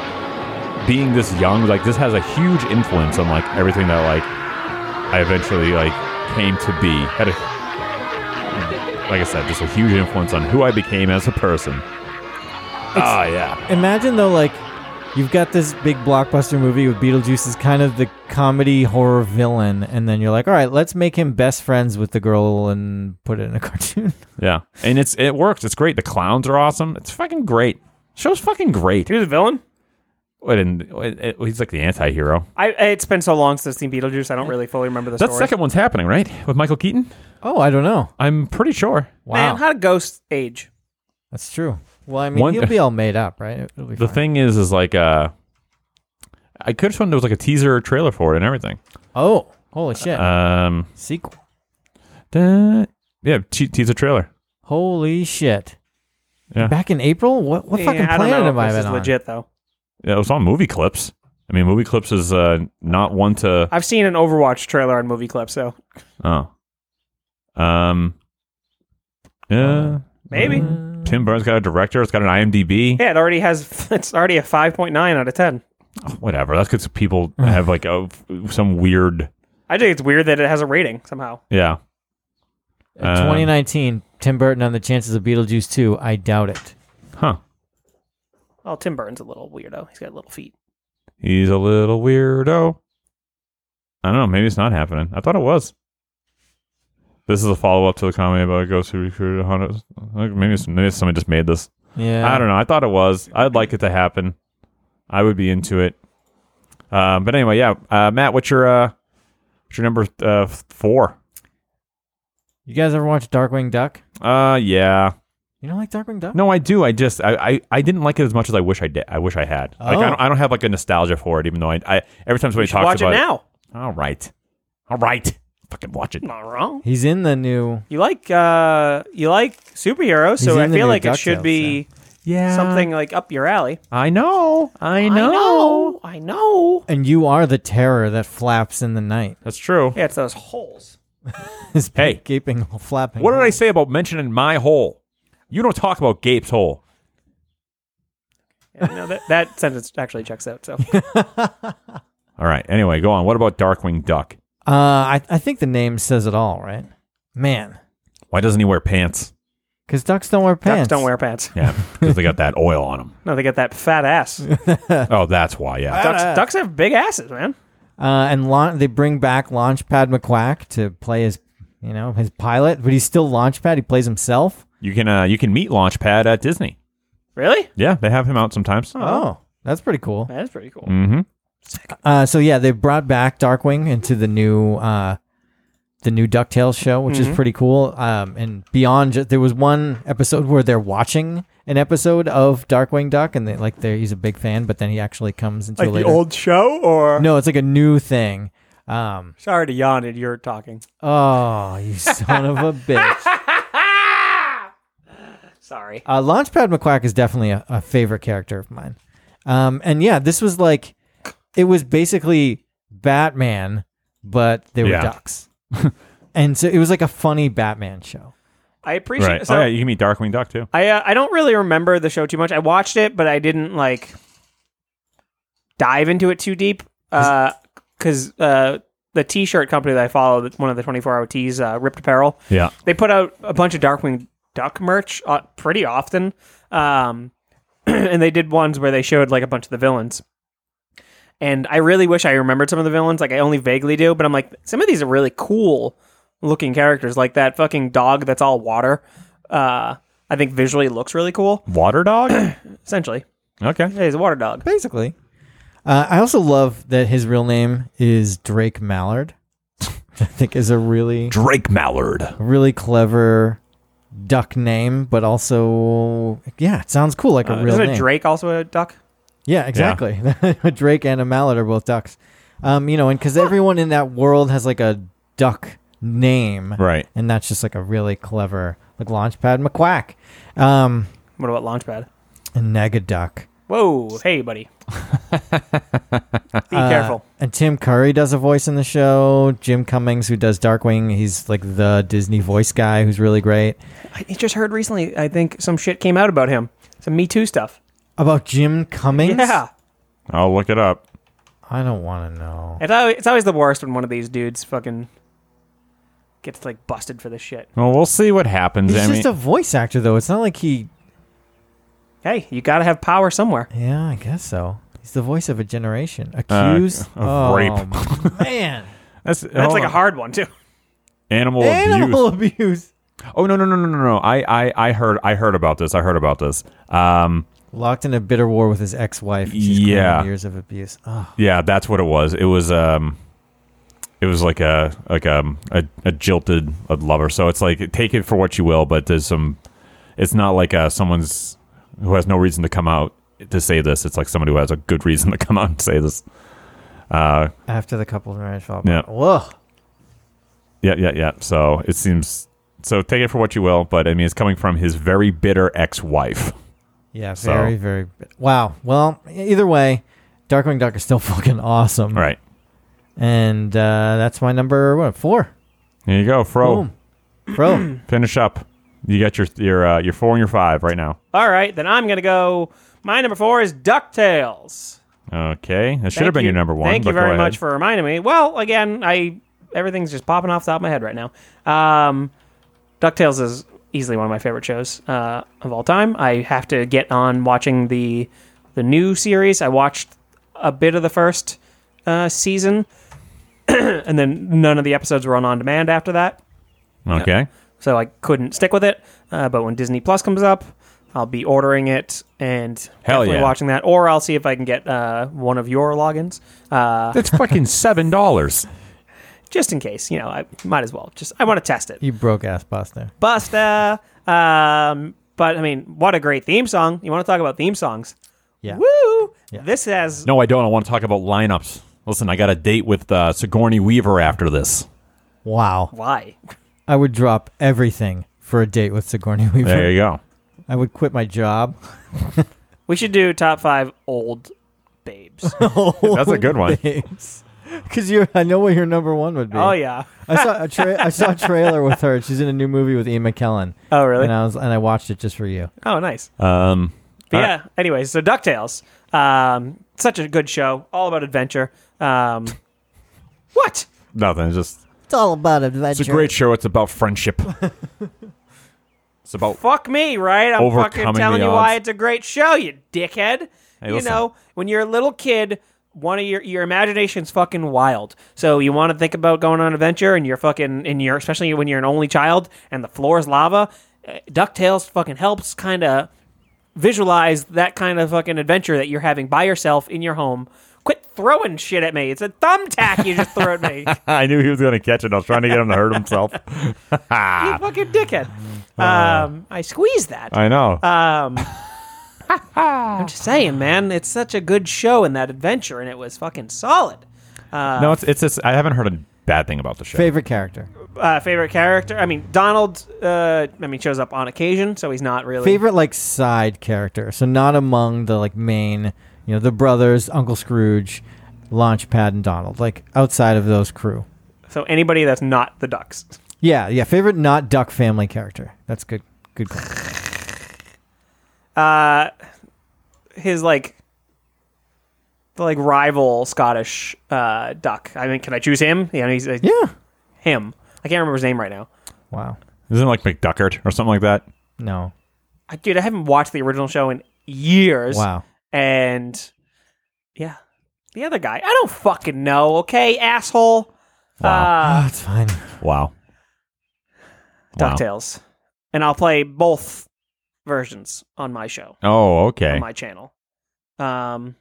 Speaker 2: being this young, like this has a huge influence on like everything that like I eventually like came to be. Had a like I said, just a huge influence on who I became as a person. Ah, yeah.
Speaker 3: Imagine though, like you've got this big blockbuster movie with Beetlejuice is kind of the comedy horror villain, and then you're like, all right, let's make him best friends with the girl and put it in a <laughs> cartoon.
Speaker 2: Yeah. And it's it works. It's great. The clowns are awesome. It's fucking great. Show's fucking great.
Speaker 1: He was a villain.
Speaker 2: Wait, and wait, it- he's like the anti-hero.
Speaker 1: I it's been so long since I've seen Beetlejuice. I don't really fully remember the
Speaker 2: That
Speaker 1: story.
Speaker 2: second one's happening, right? With Michael Keaton?
Speaker 3: oh, I don't know.
Speaker 2: I'm pretty sure.
Speaker 3: Wow,
Speaker 1: Man, how did ghosts age?
Speaker 3: that's true. Well, I mean,
Speaker 2: One-
Speaker 3: he'll <laughs> be all made up, right? It'll be
Speaker 2: The
Speaker 3: fine.
Speaker 2: thing is is like uh I could have shown there was like a teaser or trailer for it and everything.
Speaker 3: Oh, holy shit!
Speaker 2: Um
Speaker 3: Sequel.
Speaker 2: da- yeah, te- teaser trailer.
Speaker 3: Holy shit!
Speaker 2: Yeah.
Speaker 3: Back in April, what what
Speaker 1: Yeah,
Speaker 3: fucking
Speaker 1: I don't
Speaker 3: planet
Speaker 1: know
Speaker 3: am
Speaker 1: if
Speaker 3: I
Speaker 1: this
Speaker 3: been
Speaker 1: is
Speaker 3: on?
Speaker 1: legit though.
Speaker 2: Yeah, it was on movie clips. I mean, movie clips is uh, not one to
Speaker 1: I've seen an Overwatch trailer on movie clip, so
Speaker 2: Oh. Um. Yeah.
Speaker 1: maybe.
Speaker 2: Tim Burns got a director. It's got an IMDb.
Speaker 1: Yeah, it already has. <laughs> It's already a five point nine out of ten.
Speaker 2: Whatever. That's because people have like a, some weird.
Speaker 1: I think it's weird that it has a rating somehow.
Speaker 2: Yeah.
Speaker 3: Uh,
Speaker 2: um,
Speaker 3: 2019, Tim Burton on the chances of Beetlejuice 2. I doubt it.
Speaker 2: Huh.
Speaker 1: Well, Oh, Tim Burton's a little weirdo. He's got little feet.
Speaker 2: He's a little weirdo. I don't know. Maybe it's not happening. I thought it was. This is a follow up to the comment about ghosts who recruited hunters. Like, Maybe, it's, maybe somebody just made this.
Speaker 3: Yeah,
Speaker 2: I don't know. I thought it was. I'd like it to happen. I would be into it. Um, but anyway, yeah. Uh, Matt, what's your uh, what's your number uh, four?
Speaker 3: You guys ever watch Darkwing Duck?
Speaker 2: Uh, yeah.
Speaker 3: You don't like Darkwing Duck?
Speaker 2: No, I do. I just I, I, I didn't like it as much as I wish I did. I wish I had. Like
Speaker 3: Oh.
Speaker 2: I don't, I don't have like a nostalgia for it, even though I, I every time somebody talks
Speaker 1: Watch it
Speaker 2: about
Speaker 1: now.
Speaker 2: All right, all right, fucking watch it.
Speaker 1: Not wrong.
Speaker 3: He's in the new.
Speaker 1: You like uh you like superheroes,
Speaker 3: He's
Speaker 1: so I
Speaker 3: in the
Speaker 1: feel
Speaker 3: new
Speaker 1: like it should
Speaker 3: DuckTales,
Speaker 1: be
Speaker 2: Yeah,
Speaker 1: something like up your alley.
Speaker 2: I know. I know.
Speaker 1: I know.
Speaker 3: And you are the terror that flaps in the night. <laughs>
Speaker 2: That's true.
Speaker 1: Yeah, it's those holes.
Speaker 3: His
Speaker 2: Hey.
Speaker 3: big gaping, hole flapping.
Speaker 2: What did
Speaker 3: hole.
Speaker 2: I say about mentioning my hole? You don't talk about Gabe's hole.
Speaker 1: Yeah, no, that that <laughs> sentence actually checks out. So
Speaker 2: All right. Anyway, go on. What about Darkwing Duck?
Speaker 3: Uh, I, I think the name says it all, right? Man,
Speaker 2: Why doesn't he wear pants?
Speaker 3: because ducks don't wear
Speaker 1: ducks
Speaker 3: pants.
Speaker 1: don't wear pants.
Speaker 3: <laughs>
Speaker 2: Yeah, because they got that oil on them.
Speaker 1: No, they got that fat ass. ducks
Speaker 2: Oh, that's why. Yeah.
Speaker 1: ducks have big asses, man.
Speaker 3: Uh, and laun they bring back Launchpad McQuack to play his, you know, his pilot, but he's still Launchpad. He plays himself.
Speaker 2: You can uh, you can meet Launchpad at Disney.
Speaker 1: Really?
Speaker 2: Yeah, they have him out sometimes.
Speaker 3: Oh, that's pretty cool.
Speaker 1: That is pretty cool.
Speaker 2: Mm-hmm.
Speaker 3: Uh, so yeah, they brought back Darkwing into the new uh, the new Ducktales show, which is pretty cool. Um, and beyond, ju- there was one episode where they're watching an episode of Darkwing Duck, and they like they he's a big fan, but then he actually comes into a later.
Speaker 1: show, or
Speaker 3: no, it's like a new thing. Um,
Speaker 1: sorry to yawn. and You're talking.
Speaker 3: oh, you son of a bitch!
Speaker 1: <laughs> Sorry.
Speaker 3: Uh, Launchpad McQuack is definitely a, a favorite character of mine. Um, and yeah, this was like it was basically Batman, but they were
Speaker 2: Yeah.
Speaker 3: ducks. <laughs> and so it was like a funny Batman show.
Speaker 1: I appreciate.
Speaker 2: Right.
Speaker 1: So
Speaker 2: oh yeah, you can meet Darkwing Duck too.
Speaker 1: I uh, I don't really remember the show too much. I watched it, but I didn't like dive into it too deep. Because uh, the T-shirt company that I follow, that's one of the twenty-four hour tees, uh, Ripped Apparel,
Speaker 2: Yeah.
Speaker 1: they put out a bunch of Darkwing Duck merch uh, pretty often, um, <clears throat> and they did ones where they showed like a bunch of the villains. And I really wish I remembered some of the villains. Like I only vaguely do, but I'm like, some of these are really cool looking characters. Like that fucking dog that's all water. Uh, I think visually looks really cool.
Speaker 2: Water
Speaker 3: <clears throat>
Speaker 2: dog.
Speaker 1: Essentially,
Speaker 2: okay.
Speaker 1: yeah, he's a water dog.
Speaker 3: Basically. Uh, I also love that his real name is Drake Mallard. <laughs> I think is a really
Speaker 2: Drake Mallard.
Speaker 3: really clever duck name, but also yeah, it sounds cool like a real
Speaker 1: Isn't
Speaker 3: name.
Speaker 1: a Drake also a duck?
Speaker 3: Yeah, exactly. <laughs> A Drake and a mallet are both ducks. Um, you know, and because everyone in that world has like a duck name.
Speaker 2: Right.
Speaker 3: And that's just like a really clever like Launchpad McQuack. Um
Speaker 1: What about Launchpad?
Speaker 3: and Negaduck.
Speaker 1: Whoa, hey,
Speaker 3: <laughs>
Speaker 1: buddy. Be careful.
Speaker 3: And Tim Curry does a voice in the show. Jim Cummings, who does Darkwing, he's like the Disney voice guy who's really great.
Speaker 1: I I just heard recently, I think some shit came out about him. Some Me Too stuff.
Speaker 3: About Jim Cummings?
Speaker 1: Yeah.
Speaker 2: I'll look it up.
Speaker 3: I don't want to know.
Speaker 1: It's always, it's always the worst when one of these dudes fucking gets like busted for this shit.
Speaker 2: Well, we'll see what happens.
Speaker 3: He's
Speaker 2: I mean,
Speaker 3: just a voice actor, though. It's not like he.
Speaker 1: Hey, you gotta have power somewhere.
Speaker 3: Yeah, I guess so. He's the voice of a generation. Accused
Speaker 2: Uh, of rape.
Speaker 3: oh,
Speaker 2: <laughs>
Speaker 3: man.
Speaker 2: that's,
Speaker 1: That's like a hard one too.
Speaker 2: animal,
Speaker 3: Animal
Speaker 2: abuse.
Speaker 3: abuse.
Speaker 2: Oh no no no no no no! I, I I heard I heard about this. I heard about this. Um,
Speaker 3: Locked in a bitter war with his ex-wife. and She's claiming
Speaker 2: Yeah.
Speaker 3: Years of abuse. Oh,
Speaker 2: yeah, that's what it was. It was um, it was like a like um a, a jilted a lover. So it's like take it for what you will, but there's some. It's not like uh someone's who has no reason to come out to say this. It's like somebody who has a good reason to <laughs> come out and say this. Uh,
Speaker 3: after the couple's marriage fall
Speaker 2: Yeah.
Speaker 3: apart. Whoa.
Speaker 2: Yeah, yeah, yeah. So it seems. So take it for what you will, but I mean, it's coming from his very bitter ex-wife.
Speaker 3: Yeah,
Speaker 2: So-
Speaker 3: very, very. bit- Wow. Well, e-, either way, Darkwing Duck is still <laughs> fucking awesome.
Speaker 2: All right,
Speaker 3: And uh, that's my number, what, four?
Speaker 2: here you go, Fro.
Speaker 3: Boom. Bro.
Speaker 2: Finish up. You got your your uh, your four and your five right now.
Speaker 1: All right, then I'm gonna go. My number four is Ducktales.
Speaker 2: Okay, that should
Speaker 1: Thank
Speaker 2: have been
Speaker 1: you-
Speaker 2: your number one.
Speaker 1: Thank you
Speaker 2: but go
Speaker 1: very
Speaker 2: ahead.
Speaker 1: much for reminding me. Well, again, I everything's just popping off the top of my head right now. Um, Ducktales is easily one of my favorite shows uh, of all time. I have to get on watching the the new series. I watched a bit of the first uh, season, <clears throat> and then none of the episodes were on on demand after that,
Speaker 2: Okay,
Speaker 1: so I couldn't stick with it. Uh, but when Disney Plus comes up. I'll be ordering it and
Speaker 2: Hell
Speaker 1: definitely
Speaker 2: yeah.
Speaker 1: watching that, or I'll see if I can get uh, one of your logins. Uh,
Speaker 2: that's fucking seven dollars.
Speaker 1: just in case, you know, I might as well. Just I want to test it.
Speaker 3: You broke ass boss there.
Speaker 1: Busta. Um, but I mean, what a great theme song. You want to talk about theme songs?
Speaker 3: Yeah.
Speaker 1: Woo!
Speaker 3: Yeah.
Speaker 1: This has
Speaker 2: No, I don't. I want to talk about lineups. Listen, I got a date with uh, Sigourney Weaver after this.
Speaker 3: Wow.
Speaker 1: why?
Speaker 3: I would drop everything for a date with Sigourney <laughs> Weaver.
Speaker 2: There you go.
Speaker 3: I would quit my job. <laughs>
Speaker 1: We should do top five old
Speaker 3: <laughs>
Speaker 1: babes.
Speaker 2: <laughs> That's a good <laughs> one.
Speaker 3: Because you, I know what your number one would be.
Speaker 1: oh yeah.
Speaker 3: I saw a tra- I saw a trailer with her. She's in a new movie with Ian McKellen.
Speaker 1: Oh really?
Speaker 3: And I was and I watched it just for you.
Speaker 1: Oh nice.
Speaker 2: Um,
Speaker 1: But
Speaker 2: all
Speaker 1: yeah.
Speaker 2: right.
Speaker 1: Anyways, so Ducktales. Um, such a good show. All about adventure.
Speaker 3: <laughs>
Speaker 1: Um, what?
Speaker 2: nothing. It's just
Speaker 3: It's all about adventure.
Speaker 2: it's a great show. It's about <laughs> friendship. it's about
Speaker 1: Fuck me, right? I'm fucking
Speaker 2: Overcoming
Speaker 1: telling
Speaker 2: the
Speaker 1: you why
Speaker 2: odds.
Speaker 1: it's a great show, you dickhead. you
Speaker 2: listen.
Speaker 1: know, when you're a little kid, one of your your imagination's fucking wild. So you want to think about going on an adventure, and you're fucking in your especially when you're an only child, and the floor is lava. Uh, Ducktales fucking helps kind of visualize that kind of fucking adventure that you're having by yourself in your home. Quit throwing shit at me. It's a thumbtack you just threw
Speaker 2: <laughs>
Speaker 1: at me.
Speaker 2: I knew he was going to catch it. I was trying to get him to hurt himself.
Speaker 1: You fucking dickhead.
Speaker 2: Uh,
Speaker 1: Um, I squeezed that.
Speaker 2: I know. <laughs>
Speaker 1: Um, I'm just saying, man, it's such a good show in that adventure, and it was fucking solid.
Speaker 2: no, it's it's. Just, I haven't heard a bad thing about the show.
Speaker 3: Favorite character.
Speaker 1: Uh, favorite character? I mean, Donald. Uh, I mean, shows up on occasion, so he's not really
Speaker 3: Favorite like side character. So not among the like main, you know, the brothers, Uncle Scrooge, Launchpad, and Donald. Like outside of those crew.
Speaker 1: So anybody that's not the ducks.
Speaker 3: Yeah, yeah. Favorite not Duck family character. That's good. Good. call.
Speaker 1: Uh, his like the like rival Scottish uh, duck. I mean, can I choose him? Yeah, he's uh,
Speaker 3: Yeah.
Speaker 1: him. I can't remember his name right now.
Speaker 3: Wow.
Speaker 2: Isn't it like McDuckert or something like that?
Speaker 3: No.
Speaker 1: I, dude, I haven't watched the original show in years.
Speaker 3: Wow.
Speaker 1: and yeah, the other guy. I don't fucking know. Okay, asshole.
Speaker 3: Oh,
Speaker 1: Uh,
Speaker 3: it's fine.
Speaker 2: Wow. Wow.
Speaker 1: Ducktales, and I'll play both versions on my show
Speaker 2: Oh, okay.
Speaker 1: on my channel. Um,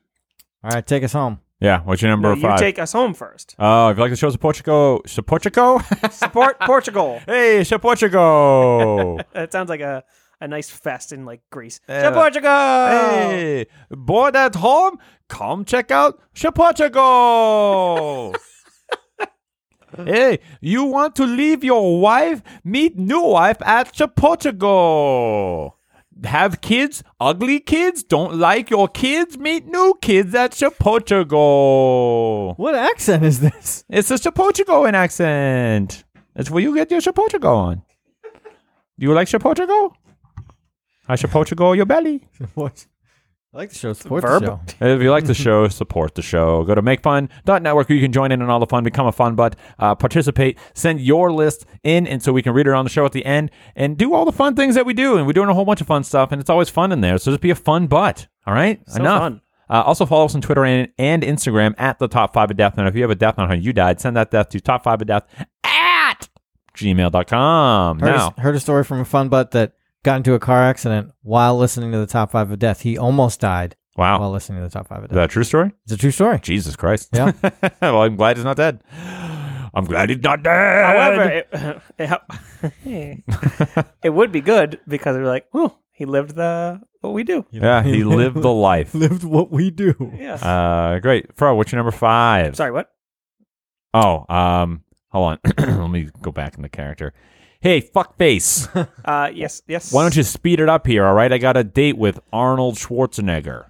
Speaker 3: All right, take us home.
Speaker 2: yeah. What's your number
Speaker 1: no, you
Speaker 2: five?
Speaker 1: take us home first.
Speaker 2: oh, if you like the show, support Chico. Support Chico? <laughs>
Speaker 1: Support Portugal.
Speaker 2: hey, support Chico.
Speaker 1: That sounds like a, a nice fest in like Greece.
Speaker 2: Yeah.
Speaker 1: To Portugal.
Speaker 2: hey, bored at home? Come check out Support Chico. hey, you want to leave your wife? Meet new wife at Portugal. Have kids? Ugly kids? Don't like your kids? Meet new kids at Portugal.
Speaker 3: What accent is this?
Speaker 2: It's a Portugal accent. That's where you get your Portugal on. Do you like Portugal? I Portugal your belly.
Speaker 3: <laughs> What? I like the show. Support
Speaker 1: verb.
Speaker 3: the show.
Speaker 2: If you like the show, support the show. Go to makefun.network. where You can join in on all the fun, become a fun butt, uh, participate, send your list in, and so we can read it on the show at the end and do all the fun things that we do. And we're doing a whole bunch of fun stuff, and it's always fun in there. So just be a fun butt. All right?
Speaker 1: So
Speaker 2: Enough.
Speaker 1: fun.
Speaker 2: Uh, also follow us on Twitter and, and Instagram at the top five of death. And if you have a death on how you died, send that death to top five of death at gmail.com.
Speaker 3: Heard,
Speaker 2: Now,
Speaker 3: a, heard a story from a fun butt that got into a car accident while listening to the top five of death. He almost died
Speaker 2: wow.
Speaker 3: while listening to the top five of
Speaker 2: is
Speaker 3: death.
Speaker 2: Oh. that a true story?
Speaker 3: It's a true story.
Speaker 2: Jesus Christ.
Speaker 3: Yeah.
Speaker 2: <laughs> well, I'm glad he's not dead. I'm glad he's not dead.
Speaker 1: However, it, <laughs> it,
Speaker 2: <laughs>
Speaker 1: it would be good because we're like, oh, he lived the what we do.
Speaker 3: <laughs>
Speaker 2: yeah, he lived the
Speaker 1: <laughs>
Speaker 2: life.
Speaker 3: Lived what we do.
Speaker 1: Yes.
Speaker 2: Uh, great. Fro, what's your number five?
Speaker 1: Sorry, what?
Speaker 2: Oh, um, hold on. <clears throat> Let me go back in the character. Hey, fuckface.
Speaker 1: Uh, yes, yes.
Speaker 2: Why don't you speed it up here? All right, I got a date with Arnold Schwarzenegger.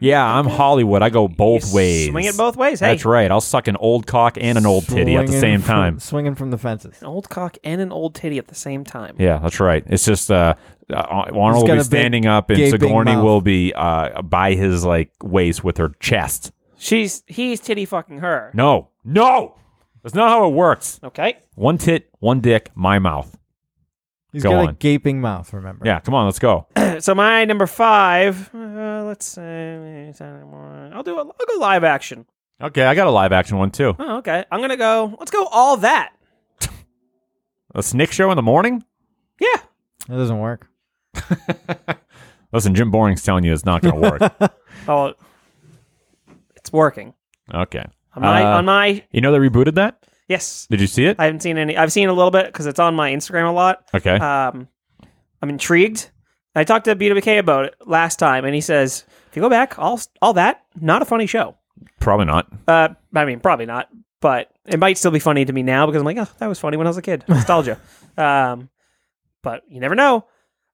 Speaker 2: Yeah, I'm Hollywood. I go both
Speaker 1: You
Speaker 2: ways.
Speaker 1: Swing it both ways. Hey,
Speaker 2: That's right. I'll suck an old cock and an old titty at the
Speaker 3: Swinging
Speaker 2: same
Speaker 3: from-
Speaker 2: time.
Speaker 3: swinging from the fences.
Speaker 1: an old cock and an old titty at the same time.
Speaker 2: Yeah, that's right. It's just uh, uh, Arnold will
Speaker 3: got a
Speaker 2: be
Speaker 3: big
Speaker 2: standing up, and
Speaker 3: gaping
Speaker 2: Sigourney
Speaker 3: mouth.
Speaker 2: will be uh, by his like waist with her chest.
Speaker 1: She's he's titty fucking her.
Speaker 2: No, no, that's not how it works.
Speaker 1: Okay. <clears throat>
Speaker 2: One tit, one dick, my mouth.
Speaker 3: He's
Speaker 2: Go
Speaker 3: got a
Speaker 2: on.
Speaker 3: gaping mouth. Remember?
Speaker 2: Yeah, come on, let's go.
Speaker 1: So my number five. Uh, let's say I'll do. A, I'll go live action.
Speaker 2: Okay, I got a live action one too.
Speaker 1: Oh, okay. I'm gonna go. Let's go all that.
Speaker 2: A snick show in the morning.
Speaker 1: Yeah.
Speaker 3: That doesn't work.
Speaker 2: Listen, Jim Boring's telling you it's not going to work.
Speaker 1: <laughs> Oh, it's working.
Speaker 2: okay.
Speaker 1: On my,
Speaker 2: Uh,
Speaker 1: on my
Speaker 2: You know they rebooted that.
Speaker 1: yes.
Speaker 2: Did you see it?
Speaker 1: I haven't seen any. I've seen a little bit because it's on my Instagram a lot.
Speaker 2: <laughs> okay.
Speaker 1: Um, I'm intrigued. I talked to BWK about it last time, and he says if you go back, all all that not a funny show.
Speaker 2: Probably not. <laughs>
Speaker 1: Uh, I mean, probably not, but it might still be funny to me now because I'm like, oh, that was funny when I was
Speaker 2: <laughs>
Speaker 1: a kid. Nostalgia. um, but you never know.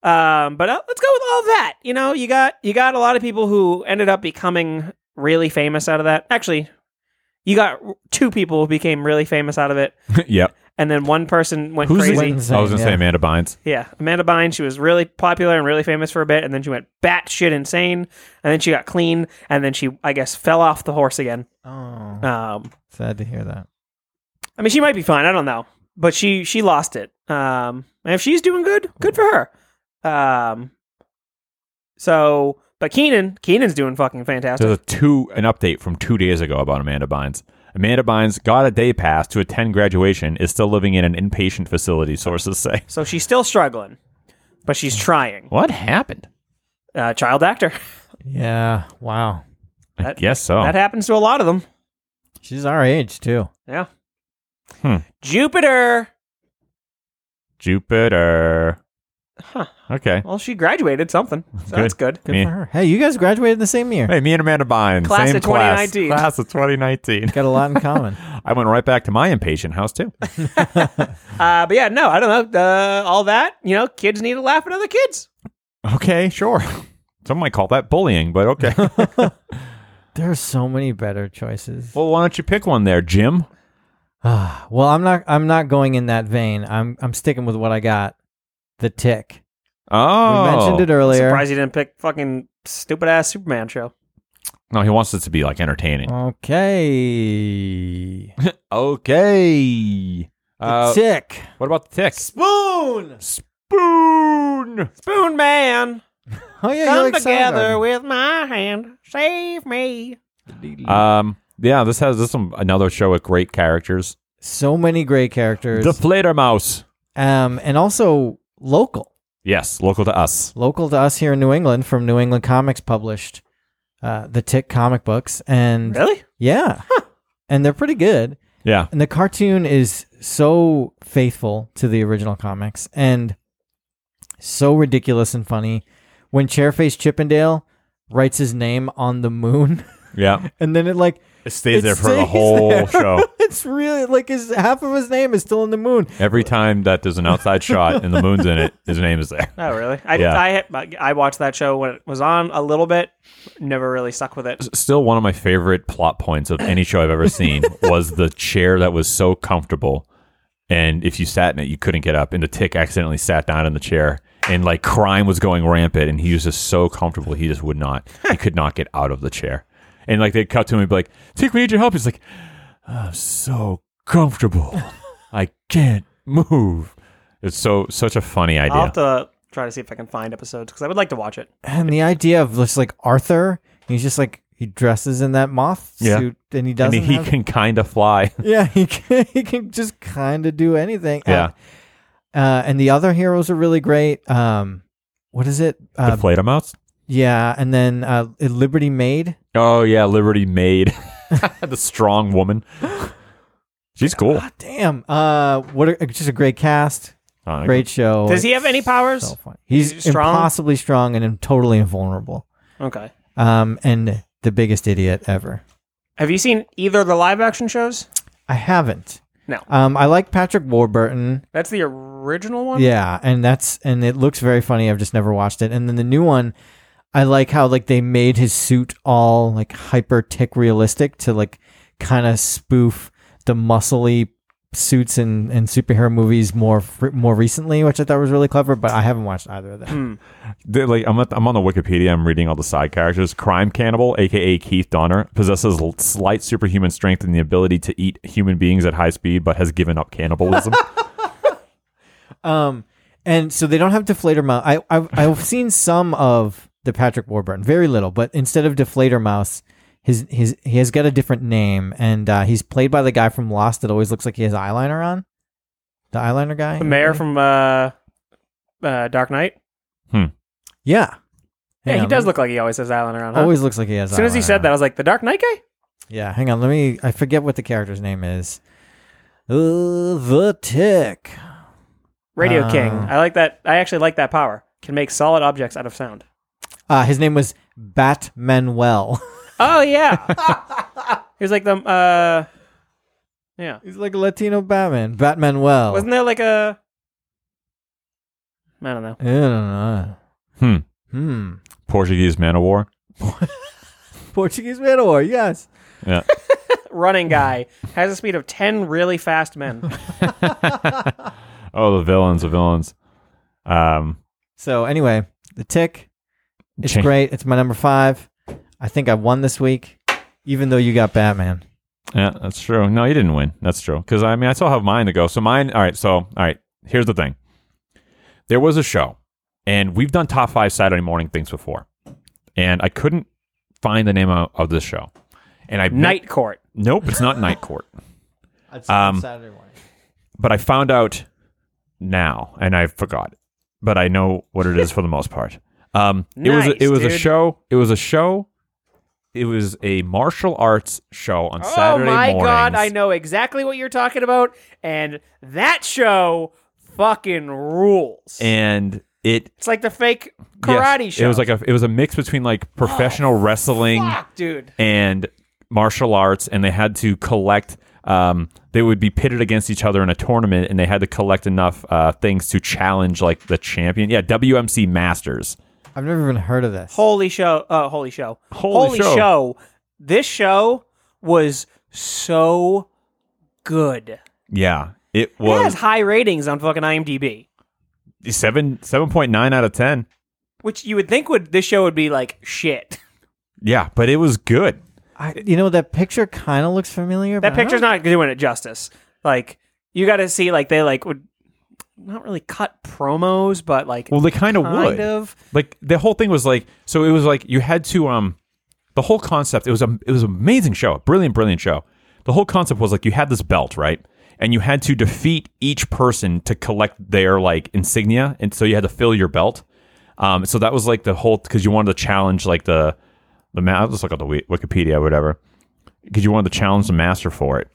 Speaker 1: Um, but uh, let's go with all that. You know, you got you got a lot of people who ended up becoming really famous out of that. Actually, you got two people who became really famous out of it,
Speaker 2: yep.
Speaker 1: and then one person went
Speaker 2: Who's
Speaker 1: crazy.
Speaker 3: Went
Speaker 2: the? I was going to
Speaker 3: insane,
Speaker 2: say
Speaker 3: yeah.
Speaker 2: Amanda Bynes.
Speaker 1: Yeah, Amanda Bynes. She was really popular and really famous for a bit, and then she went batshit insane, and then she got clean, and then she, I guess, fell off the horse again.
Speaker 3: Oh,
Speaker 2: Ah.
Speaker 1: Um,
Speaker 3: sad to hear that.
Speaker 1: I mean, she might be fine. I don't know, but she she lost it. Um, and if she's doing good, good for her. Um, so, but Keenan, Keenan's doing fucking fantastic.
Speaker 2: There's a two an update from two days ago about Amanda Bynes. Amanda Bynes got a day pass to attend graduation, is still living in an inpatient facility, sources say.
Speaker 1: So she's still struggling, but she's trying.
Speaker 2: What happened?
Speaker 1: Uh, child actor.
Speaker 3: Yeah. Wow.
Speaker 2: I guess so.
Speaker 1: That happens to a lot of them.
Speaker 3: She's our age too.
Speaker 1: Yeah.
Speaker 2: Hmm.
Speaker 1: Jupiter.
Speaker 2: Jupiter.
Speaker 1: Huh.
Speaker 2: Okay.
Speaker 1: Well, she graduated something, so that's good.
Speaker 3: Good
Speaker 2: Me-
Speaker 3: for her. Hey, you guys graduated the same year.
Speaker 2: Hey, me and Amanda Bynes,
Speaker 1: Class
Speaker 2: same
Speaker 1: of
Speaker 2: class,
Speaker 1: 2019.
Speaker 2: class of 2019.
Speaker 3: Got a lot in
Speaker 2: <laughs>
Speaker 3: common.
Speaker 2: I went right back to my impatient house
Speaker 1: <laughs>
Speaker 2: too.
Speaker 1: Uh, but yeah, no, I don't know. Uh, all that, you know, kids need to laugh at other kids.
Speaker 2: Okay, sure. Some might call that bullying, but
Speaker 1: <laughs>
Speaker 2: okay.
Speaker 3: there are so many better choices.
Speaker 2: well, why don't you pick one there, Jim?
Speaker 3: Ah, <sighs> well, I'm not. I'm not going in that vein. I'm. I'm sticking with what I got. The tick.
Speaker 2: Oh,
Speaker 3: We mentioned it earlier.
Speaker 1: Surprised you didn't pick fucking stupid ass Superman show.
Speaker 2: no, he wants it to be like entertaining.
Speaker 1: <laughs>
Speaker 3: Okay. The
Speaker 2: Okay. Uh,
Speaker 3: tick.
Speaker 2: what about the tick?
Speaker 1: Spoon,
Speaker 2: Spoon.
Speaker 1: Spoon Man,
Speaker 3: Oh yeah, you
Speaker 1: come
Speaker 3: like Soundgarden.
Speaker 1: together with my hand, save me.
Speaker 2: Um. Yeah, this has this one another show with great characters.
Speaker 3: so many great characters.
Speaker 2: The Flater Mouse.
Speaker 3: um, and also local,
Speaker 2: Yes, local to us.
Speaker 3: local to us here in New England, from New England Comics published uh, the tick comic books, and
Speaker 1: Really?
Speaker 3: yeah, and they're pretty good.
Speaker 2: Yeah.
Speaker 3: And the cartoon is so faithful to the original comics and so ridiculous and funny. When Chairface Chippendale writes his name on the moon, <laughs>
Speaker 2: Yeah.
Speaker 3: and then it like
Speaker 2: It stays
Speaker 3: It
Speaker 2: there for the
Speaker 3: stays
Speaker 2: whole
Speaker 3: there.
Speaker 2: show.
Speaker 3: it's really like his half of his name is still in the moon.
Speaker 2: Every time that there's an outside shot and the moon's in it, his name is there.
Speaker 1: Oh, really? I,
Speaker 2: Yeah.
Speaker 1: I, I watched that show when it was on a little bit. Never really stuck with it.
Speaker 2: Still, one of my favorite plot points of any show I've ever seen was the chair that was so comfortable, and if you sat in it, you couldn't get up. And the tick accidentally sat down in the chair, and like crime was going rampant, and he was just so comfortable, he just would not, he could not get out of the chair. And like they'd cut to him and be like, "Tick, we need your help." He's like, "I'm so comfortable, I can't move." It's so such a funny idea.
Speaker 1: I'll have to try to see if I can find episodes because I would like to watch it.
Speaker 3: And the idea of just like Arthur, he's just like he dresses in that moth
Speaker 2: Yeah.
Speaker 3: suit and he
Speaker 2: and
Speaker 3: doesn't.
Speaker 2: he
Speaker 3: have-
Speaker 2: can kind of fly.
Speaker 3: <laughs> yeah, he can, he can just kind of do anything.
Speaker 2: Yeah,
Speaker 3: Uh, uh, and the other heroes are really great. Um, what is it?
Speaker 2: the
Speaker 3: Uh,
Speaker 2: Flatomouse.
Speaker 3: yeah, and then uh, Liberty Maid.
Speaker 2: Oh yeah, Liberty Maid, <laughs> the strong woman. She's cool.
Speaker 3: God damn. Uh, what a, just a great cast.
Speaker 2: Uh,
Speaker 3: Great show.
Speaker 1: Does he have any powers?
Speaker 3: So funny. He's
Speaker 1: Is he strong?
Speaker 3: impossibly strong and totally invulnerable.
Speaker 1: Okay.
Speaker 3: Um, and the biggest idiot ever.
Speaker 1: Have you seen either of the live action shows?
Speaker 3: I haven't.
Speaker 1: No.
Speaker 3: Um, I like Patrick Warburton.
Speaker 1: That's the original one?
Speaker 3: Yeah, and that's and it looks very funny. I've just never watched it. And then the new one, I like how like they made his suit all like hyper tick realistic to like kind of spoof the muscly suits in, in superhero movies more fr- more recently, which I thought was really clever. But I haven't watched either of them.
Speaker 2: They're like I'm, at, I'm on the Wikipedia. I'm reading all the side characters. Crime cannibal, aka Keith Donner, possesses l- slight superhuman strength and the ability to eat human beings at high speed, but has given up
Speaker 3: <laughs>
Speaker 2: cannibalism.
Speaker 3: Um, and so they don't have deflator mouse. I I've, I've seen some of the Patrick Warburton, very little, but instead of deflator mouse, his his he has got a different name, and uh, he's played by the guy from Lost that always looks like he has eyeliner on. The eyeliner guy,
Speaker 1: The mayor from uh, uh, Dark Knight?
Speaker 3: yeah,
Speaker 1: Yeah,
Speaker 3: Hang
Speaker 1: he
Speaker 3: on,
Speaker 1: does
Speaker 3: let
Speaker 1: look like he always has eyeliner on.
Speaker 3: me-
Speaker 1: Huh?
Speaker 3: Always looks like he has.
Speaker 1: As soon as he said
Speaker 3: eyeliner
Speaker 1: that, I
Speaker 3: on.
Speaker 1: was like, the Dark Knight guy?
Speaker 3: yeah. Hang on, let me. I forget what the character's name is. Uh, the tick.
Speaker 1: Radio King.
Speaker 3: Ah.
Speaker 1: I like that. I actually like that power. Can make solid objects out of sound.
Speaker 3: Uh, his name was Bat Manuel.
Speaker 1: Oh, <laughs> yeah. he was like the. Uh, yeah.
Speaker 3: <laughs> He's like a Latino Batman. Bat Manuel.
Speaker 1: Wasn't there like a. I don't know.
Speaker 3: I don't know.
Speaker 2: hmm.
Speaker 3: Hmm.
Speaker 2: Portuguese man of war.
Speaker 3: Portuguese man of war, yes.
Speaker 2: Yeah.
Speaker 1: Running guy has a speed of 10 really fast <laughs> men.
Speaker 2: oh, the villains, the villains. Um,
Speaker 3: So anyway, the tick. It's
Speaker 2: Cha-
Speaker 3: great. It's my number five. I think I won this week, even though you got Batman.
Speaker 2: Yeah, that's true. No, you didn't win. That's true. Because I mean, I still have mine to go. So mine. All right. So all right. Here's the thing. There was a show, and we've done top five Saturday morning things before, and I couldn't find the name of, of this show, and I
Speaker 1: Night Court.
Speaker 2: Nope, it's not Night Court.
Speaker 3: That's
Speaker 2: Um,
Speaker 3: Saturday morning.
Speaker 2: But I found out now, and I forgot. But I know what it is for the most part. Um, it was a, it
Speaker 1: Nice,
Speaker 2: was a
Speaker 1: dude.
Speaker 2: show. It was a show. It was a martial arts show on
Speaker 1: Oh
Speaker 2: Saturday
Speaker 1: my god,
Speaker 2: mornings.
Speaker 1: I know exactly what you're talking about, and that show fucking rules.
Speaker 2: And it
Speaker 1: it's like the fake
Speaker 2: Yes.
Speaker 1: karate show.
Speaker 2: It was like a it was a mix between like professional wrestling
Speaker 1: Fuck, dude.
Speaker 2: and martial arts, and they had to collect. Um, they would be pitted against each other in a tournament, and they had to collect enough uh, things to challenge like the champion. Yeah, WMC Masters.
Speaker 3: I've never even heard of this.
Speaker 1: Holy show. Uh, holy show.
Speaker 2: Holy show.
Speaker 1: This show was so good.
Speaker 2: Yeah, it
Speaker 1: it has
Speaker 2: was
Speaker 1: high ratings on fucking IMDb,
Speaker 2: seven seven point nine out of ten.
Speaker 1: which you would think would this show would be like shit.
Speaker 2: Yeah, but it was good.
Speaker 3: I, you know that picture kind of looks familiar.
Speaker 1: That picture's not doing it justice. Like you got to see like they like would not really cut promos, but like
Speaker 2: Well, they kind of would.
Speaker 1: kind of.
Speaker 2: like the whole thing was like so it was like you had to um the whole concept it was a it was an amazing show brilliant brilliant show the whole concept was like you had this belt right and you had to defeat each person to collect their like insignia and so you had to fill your belt um so that was like the whole because you wanted to challenge like the the ma- I'll just look at the wi- Wikipedia or whatever because you wanted to challenge the master for it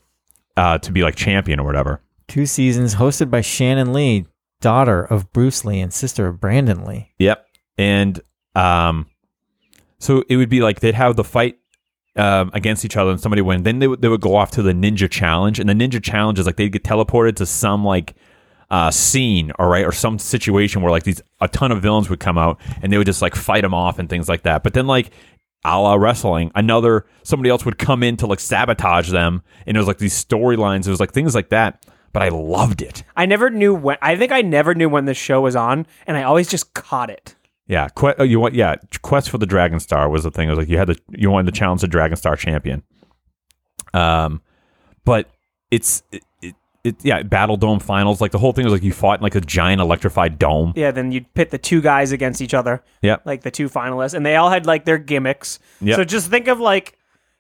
Speaker 2: uh to be like champion or whatever
Speaker 3: two seasons hosted by Shannon Lee, daughter of Bruce Lee and sister of Brandon Lee.
Speaker 2: Yep. And um so it would be like they'd have the fight um, against each other and somebody win, then they would they would go off to the ninja challenge, and the ninja challenge is like they'd get teleported to some like uh, scene, all right, or some situation where like these a ton of villains would come out and they would just like fight them off and things like that. But then like a la wrestling, another somebody else would come in to like sabotage them, and it was like these storylines, it was like things like that. But I loved it.
Speaker 1: I never knew when. I think I never knew when this show was on, and I always just caught it.
Speaker 2: Yeah, que- oh, you want yeah, quest for the Dragon Star was the thing. It was like you had the you wanted to challenge the Dragon Star champion. Um, but it's it, it, it yeah, Battle Dome finals like the whole thing was like you fought in like a giant electrified dome.
Speaker 1: Yeah, then you'd pit the two guys against each other,
Speaker 2: Yeah,
Speaker 1: like the two finalists, and they all had like their gimmicks.
Speaker 2: Yep.
Speaker 1: So just think of like,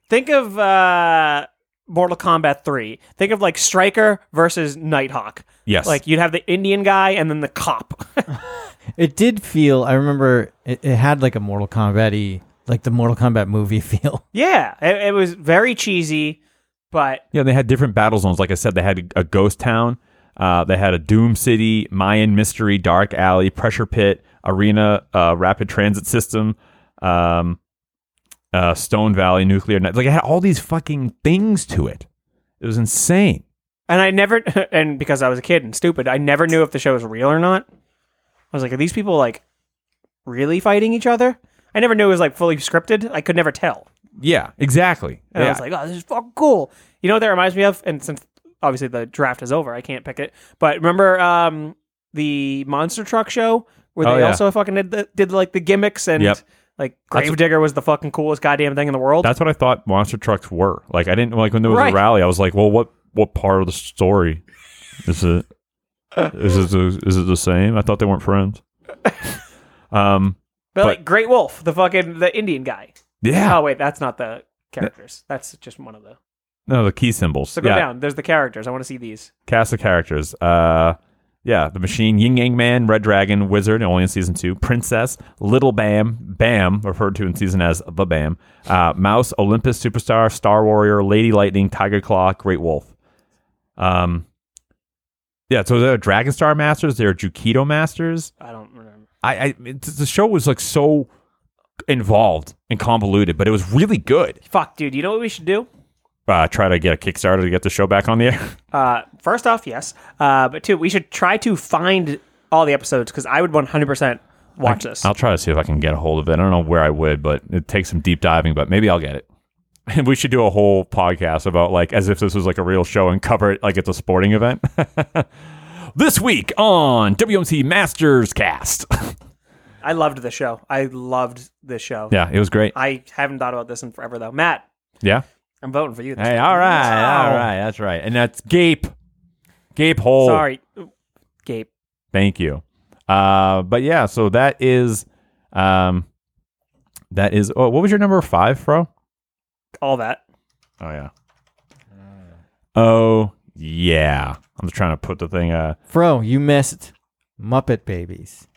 Speaker 1: think of uh Mortal Kombat three. Think of like Striker versus Nighthawk.
Speaker 2: Yes.
Speaker 1: like you'd have the Indian guy and then the cop. <laughs>
Speaker 3: It did feel. I remember it, it had like a Mortal Kombat y, like the Mortal Kombat movie <laughs> feel.
Speaker 1: yeah, it, it was very cheesy, but
Speaker 2: yeah. They had different battle zones. Like I said, they had a ghost town. Uh, they had a Doom City, Mayan Mystery, Dark Alley, Pressure Pit, Arena, uh, Rapid Transit System, um, uh, Stone Valley, Nuclear. Night. Like it had all these fucking things to it. It was insane.
Speaker 1: and I never <laughs> and because I was a kid and stupid, I never knew if the show was real or not. I was like, are these people like really fighting each other? I never knew it was like fully scripted. I could never tell.
Speaker 2: Yeah, exactly.
Speaker 1: And
Speaker 2: yeah.
Speaker 1: I was like, oh, this is fucking cool. You know what that reminds me of? And since obviously the draft is over, I can't pick it. But remember um, the Monster Truck show where they
Speaker 2: Oh, yeah.
Speaker 1: also fucking did, the, did like the gimmicks and
Speaker 2: Yep.
Speaker 1: like Gravedigger was the fucking coolest goddamn thing in the world.
Speaker 2: that's what I thought monster trucks were. Like I didn't like when there was
Speaker 1: Right.
Speaker 2: a rally. I was like, well, what what part of the story is it? Is it the, is it the same? I thought they weren't friends. <laughs> Um.
Speaker 1: but,
Speaker 2: but-
Speaker 1: like Great Wolf, the fucking the Indian guy.
Speaker 2: Yeah.
Speaker 1: Oh wait, that's not the characters. That's just one of the.
Speaker 2: No, the key symbols.
Speaker 1: So go
Speaker 2: yeah.
Speaker 1: down. There's the characters. I want to see these.
Speaker 2: Cast of characters. Uh. Yeah, the machine, Yin Yang Man, Red Dragon, Wizard, only in season two, Princess, Little Bam, Bam, referred to in season as the Bam, uh, Mouse, Olympus, Superstar, Star Warrior, Lady Lightning, Tiger Claw, Great Wolf. Um, yeah, so there are Dragon Star Masters, there are Jukido Masters.
Speaker 1: I don't remember.
Speaker 2: I, I it- the show was like so involved and convoluted, but it was really good.
Speaker 1: Fuck, dude. You know what we should do?
Speaker 2: Uh, try to get a Kickstarter to get the show back on the air.
Speaker 1: Uh, first off, yes. Uh, but two, we should try to find all the episodes because I would 100% watch this.
Speaker 2: I'll try to see if I can get a hold of it. I don't know where I would, but it takes some deep diving, but maybe I'll get it. <laughs> And we should do a whole podcast about like as if this was like a real show and cover it like it's a sporting event. <laughs> this week on WMC Masters Cast. <laughs>
Speaker 1: I loved the show. I loved this show.
Speaker 2: yeah, it was great.
Speaker 1: I haven't thought about this in forever though. Matt,
Speaker 2: Yeah.
Speaker 1: I'm voting for you. This
Speaker 2: Hey,
Speaker 1: week.
Speaker 2: all right, all right, that's right, and that's gape, gape hole.
Speaker 1: Sorry, Gabe.
Speaker 2: Thank you. Uh, but yeah, so that is, um, that is. Oh, what was your number five, Fro?
Speaker 1: All that.
Speaker 2: Oh yeah. Oh yeah. I'm just trying to put the thing. Uh,
Speaker 3: Fro, you missed Muppet Babies.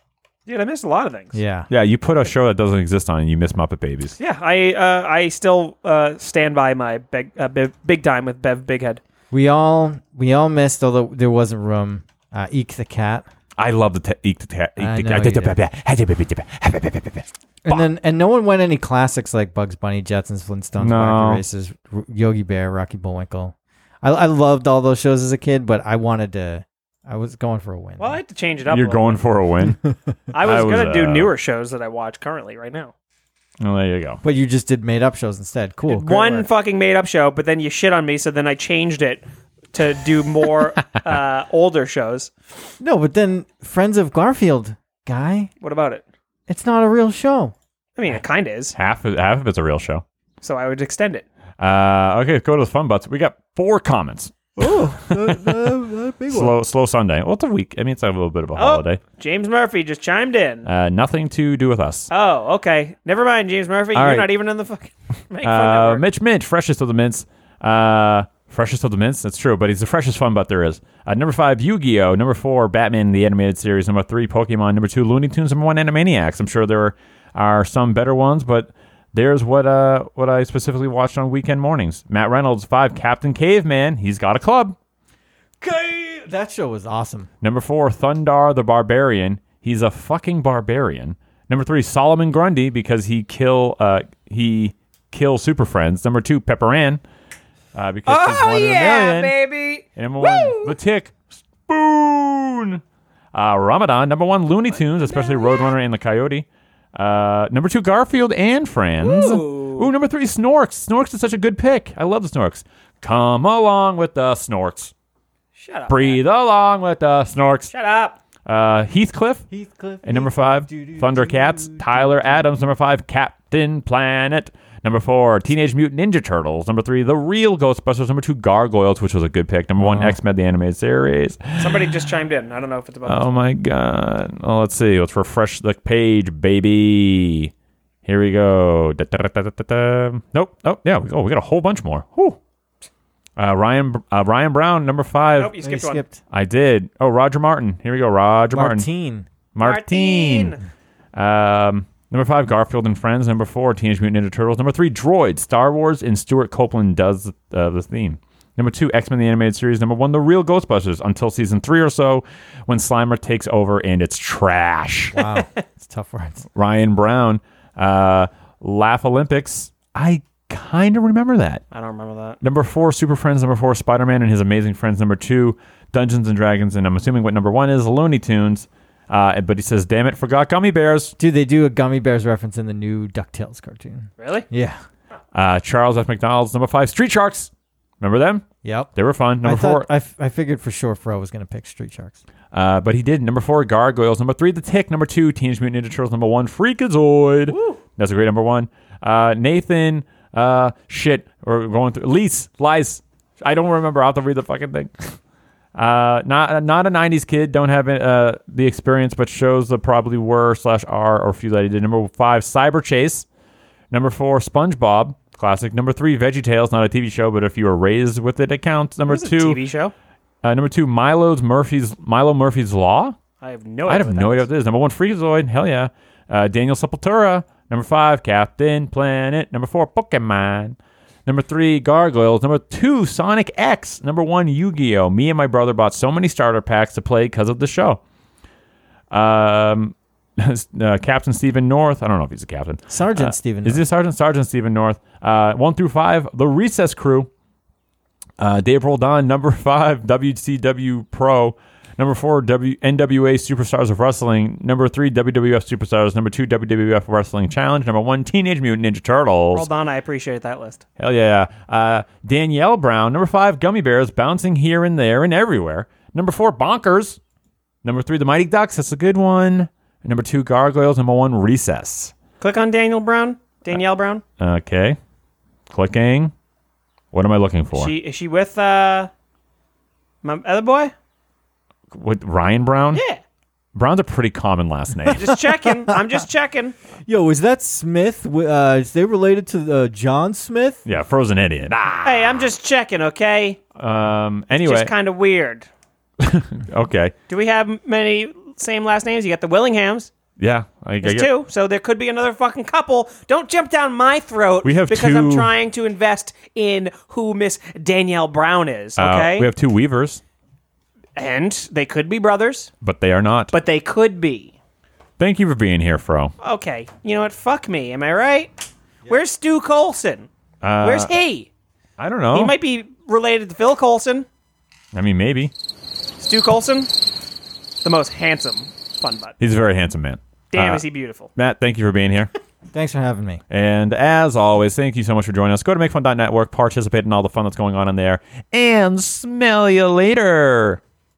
Speaker 1: Dude, I missed a lot of things.
Speaker 3: Yeah,
Speaker 2: yeah, you put a show that doesn't exist on, and you miss Muppet Babies.
Speaker 1: Yeah, I uh, I still uh, stand by my big, uh, big big time with Bev Bighead.
Speaker 3: we all we all missed. Although there wasn't room. Uh, Eek the cat.
Speaker 2: I love the. Te- eek the te- eek
Speaker 3: I
Speaker 2: the-
Speaker 3: know you And then and no one went any classics like Bugs Bunny, Jetsons, Flintstones,
Speaker 2: No.
Speaker 3: Wacky Races, R- Yogi Bear, Rocky Bullwinkle. I, I loved all those shows as a kid, but I wanted to. I was going for a win.
Speaker 1: Well, I had to change it up. a
Speaker 2: You're
Speaker 1: little
Speaker 2: going
Speaker 1: bit.
Speaker 2: for a win. well,
Speaker 1: I was,
Speaker 2: I was,
Speaker 1: gonna do
Speaker 2: uh,
Speaker 1: newer shows that I watch currently right now.
Speaker 2: there you go.
Speaker 3: But you just did made up shows instead. Cool. great
Speaker 1: One
Speaker 3: work.
Speaker 1: fucking made up show, but then you shit on me, so then I changed it to
Speaker 2: <laughs>
Speaker 1: do more uh, older shows.
Speaker 3: no, but then Friends of Garfield guy.
Speaker 1: What about it?
Speaker 3: It's not a real show.
Speaker 1: I mean, it kind of is.
Speaker 2: Half of, half of it's a real show.
Speaker 1: So I would extend it.
Speaker 2: Uh, okay, go to the fun butts. We got four comments. slow, slow Sunday. Well, it's a week. I mean, it's a little bit of a holiday.
Speaker 1: Oh, James Murphy just chimed in.
Speaker 2: Uh, nothing to do with us.
Speaker 1: oh, okay. Never mind, James Murphy.
Speaker 2: All
Speaker 1: You're
Speaker 2: right.
Speaker 1: not even in the fucking <laughs> make fun
Speaker 2: Uh,
Speaker 1: network.
Speaker 2: Mitch Mint, freshest of the mints. Uh, freshest of the mints. That's true, but he's the freshest fun butt there is. Uh, number five, Yu-Gi-Oh. Number four, Batman the animated series. Number three, Pokemon. Number two, Looney Tunes. Number one, Animaniacs. I'm sure there are, are some better ones, but there's what uh what I specifically watched on weekend mornings. Matt Reynolds, five, Captain Caveman. He's got a club.
Speaker 3: That show was awesome.
Speaker 2: Number four, Thundar the Barbarian. He's a fucking barbarian. Number three, Solomon Grundy because he kill uh he kill Super Friends. Number two, Pepper Ann. Uh, because she's
Speaker 7: Oh
Speaker 2: one in a
Speaker 7: yeah,
Speaker 2: million.
Speaker 7: baby.
Speaker 2: And number one, The Tick, Spoon. Uh, Ramadan. Number one, Looney Tunes, especially Roadrunner and the Coyote. Uh, number two, Garfield and Friends. Ooh. number three, Snorks. Snorks is such a good pick. I love the Snorks. Come along with the Snorks.
Speaker 1: Shut up.
Speaker 2: Breathe along with the Snorks.
Speaker 1: Shut up.
Speaker 2: Uh, Heathcliff.
Speaker 3: Heathcliff.
Speaker 2: And number five, Thundercats. Tyler Adams. Number five, Captain Planet. Number four, Teenage Mutant Ninja Turtles. Number three, The Real Ghostbusters. Number two, Gargoyles, which was a good pick. Number one, X Men: The Animated Series. <laughs>
Speaker 1: Somebody just chimed in. I don't know if it's about.
Speaker 2: Oh my god! Oh, let's see. Let's refresh the page, baby. Here we go. Da, da, da, da, da, da. Nope. Oh yeah. We, oh, we got a whole bunch more. Whew. Uh, Ryan uh, Ryan Brown, number five.
Speaker 1: Nope, you
Speaker 3: Skipped,
Speaker 1: skipped, one.
Speaker 3: skipped.
Speaker 2: I did. Oh, Roger Martin. Here we go. Roger Martin.
Speaker 3: Martine.
Speaker 2: Martin. Um, number five, Garfield and Friends. Number four, Teenage Mutant Ninja Turtles. Number three, Droids, Star Wars, and Stuart Copeland does uh, the theme. Number two, X Men: The Animated Series. Number one, The Real Ghostbusters. Until season three or so, when Slimer takes over and it's trash.
Speaker 3: Wow, <laughs> it's tough words.
Speaker 2: Ryan Brown, uh, Laugh Olympics. I kind of remember that.
Speaker 1: I don't remember that.
Speaker 2: Number four, Super Friends. Number four, Spider Man and His Amazing Friends. Number two, Dungeons and Dragons. And I'm assuming what number one is, Looney Tunes. Uh, but he says, damn it, forgot gummy bears.
Speaker 3: Dude, they do a gummy bears reference in the new Ducktales cartoon.
Speaker 1: Really?
Speaker 3: Yeah.
Speaker 2: Uh, Charles F. McDonald's. Number five, Street Sharks. Remember them?
Speaker 3: Yep.
Speaker 2: They were fun. Number
Speaker 3: I
Speaker 2: four,
Speaker 3: thought I, f- I figured for sure Fro was gonna pick Street Sharks.
Speaker 2: uh, but he did. Number four, Gargoyles. Number three, The Tick. Number two, Teenage Mutant Ninja Turtles. Number one, Freakazoid. That's a great number one. Uh, Nathan, uh, shit, we're going through. Lise, lies. I don't remember. I'll have to read the fucking thing. <laughs> Uh, not not a '90s kid. Don't have uh, the experience, but shows that probably were slash are or few that I did. Number five, Cyber Chase. Number four, SpongeBob, classic. Number three, VeggieTales. Not a TV show, but if you were raised with it, it counts. Number
Speaker 1: It was a
Speaker 2: two,
Speaker 1: TV show.
Speaker 2: uh, number two, Milo's Murphy's Milo Murphy's Law.
Speaker 1: I have no.
Speaker 2: I
Speaker 1: idea
Speaker 2: have
Speaker 1: what
Speaker 2: no
Speaker 1: that
Speaker 2: idea
Speaker 1: is.
Speaker 2: what this is. Number one, Freakazoid. Hell yeah. Uh, Daniel Sepultura. Number five, Captain Planet. Number four, Pokemon. Number three, Gargoyles. Number two, Sonic X. Number one, Yu Gi Oh! Me and my brother bought so many starter packs to play because of the show. Um, <laughs> uh, captain Stephen North. I don't know if he's a captain.
Speaker 3: Sergeant Stephen.
Speaker 2: Uh, Is this Sergeant Sergeant Stephen North? Uh, one through five, the Recess Crew. Uh, Dave Roldan, number <laughs> five, WCW Pro. Number four, w- NWA Superstars of Wrestling. Number three, WWF Superstars. Number two, WWF Wrestling Challenge. Number one, Teenage Mutant Ninja Turtles.
Speaker 1: Hold on, I appreciate that list.
Speaker 2: Hell yeah. Uh, Danielle Brown, number five, Gummy Bears, bouncing here and there and everywhere. Number four, Bonkers. Number three, The Mighty Ducks. That's a good one. Number two, Gargoyles. Number one, Recess.
Speaker 1: Click on Daniel Brown. Danielle Brown.
Speaker 2: Okay. Clicking. What am I looking for?
Speaker 1: She is she with uh my other boy?
Speaker 2: With Ryan Brown?
Speaker 1: Yeah.
Speaker 2: Brown's a pretty common last name.
Speaker 1: <laughs> Just checking. I'm just checking.
Speaker 3: Yo, is that Smith? W- Uh, is they related to uh, John Smith?
Speaker 2: yeah, frozen idiot. Ah.
Speaker 1: Hey, I'm just checking. Okay.
Speaker 2: Um. Anyway.
Speaker 1: Just kind of weird.
Speaker 2: okay.
Speaker 1: Do we have many same last names? You got the Willinghams.
Speaker 2: Yeah. I, I
Speaker 1: There's
Speaker 2: get-
Speaker 1: two, so there could be another fucking couple. Don't jump down my throat.
Speaker 2: We have
Speaker 1: because I'm
Speaker 2: two-
Speaker 1: trying to invest in who Miss Danielle Brown is.
Speaker 2: uh,
Speaker 1: Okay,
Speaker 2: we have two Weavers,
Speaker 1: and they could be brothers,
Speaker 2: but they are not.
Speaker 1: but they could be.
Speaker 2: Thank you for being here, Fro.
Speaker 1: Okay, you know what? Fuck me. Am I right? Where's Stu Colson? Where's he?
Speaker 2: Uh, I don't know.
Speaker 1: Uh, He might be related to Phil Colson.
Speaker 2: I mean, maybe.
Speaker 1: Stu Colson, the most handsome fun butt.
Speaker 2: He's a very handsome man.
Speaker 1: Damn,
Speaker 2: Uh,
Speaker 1: is he beautiful.
Speaker 2: Matt, thank you for being
Speaker 1: <laughs>
Speaker 2: here.
Speaker 3: Thanks for having me.
Speaker 2: And as always, thank you so much for joining us. Go to makefun.network, participate in all the fun that's going on in there, and smell you later.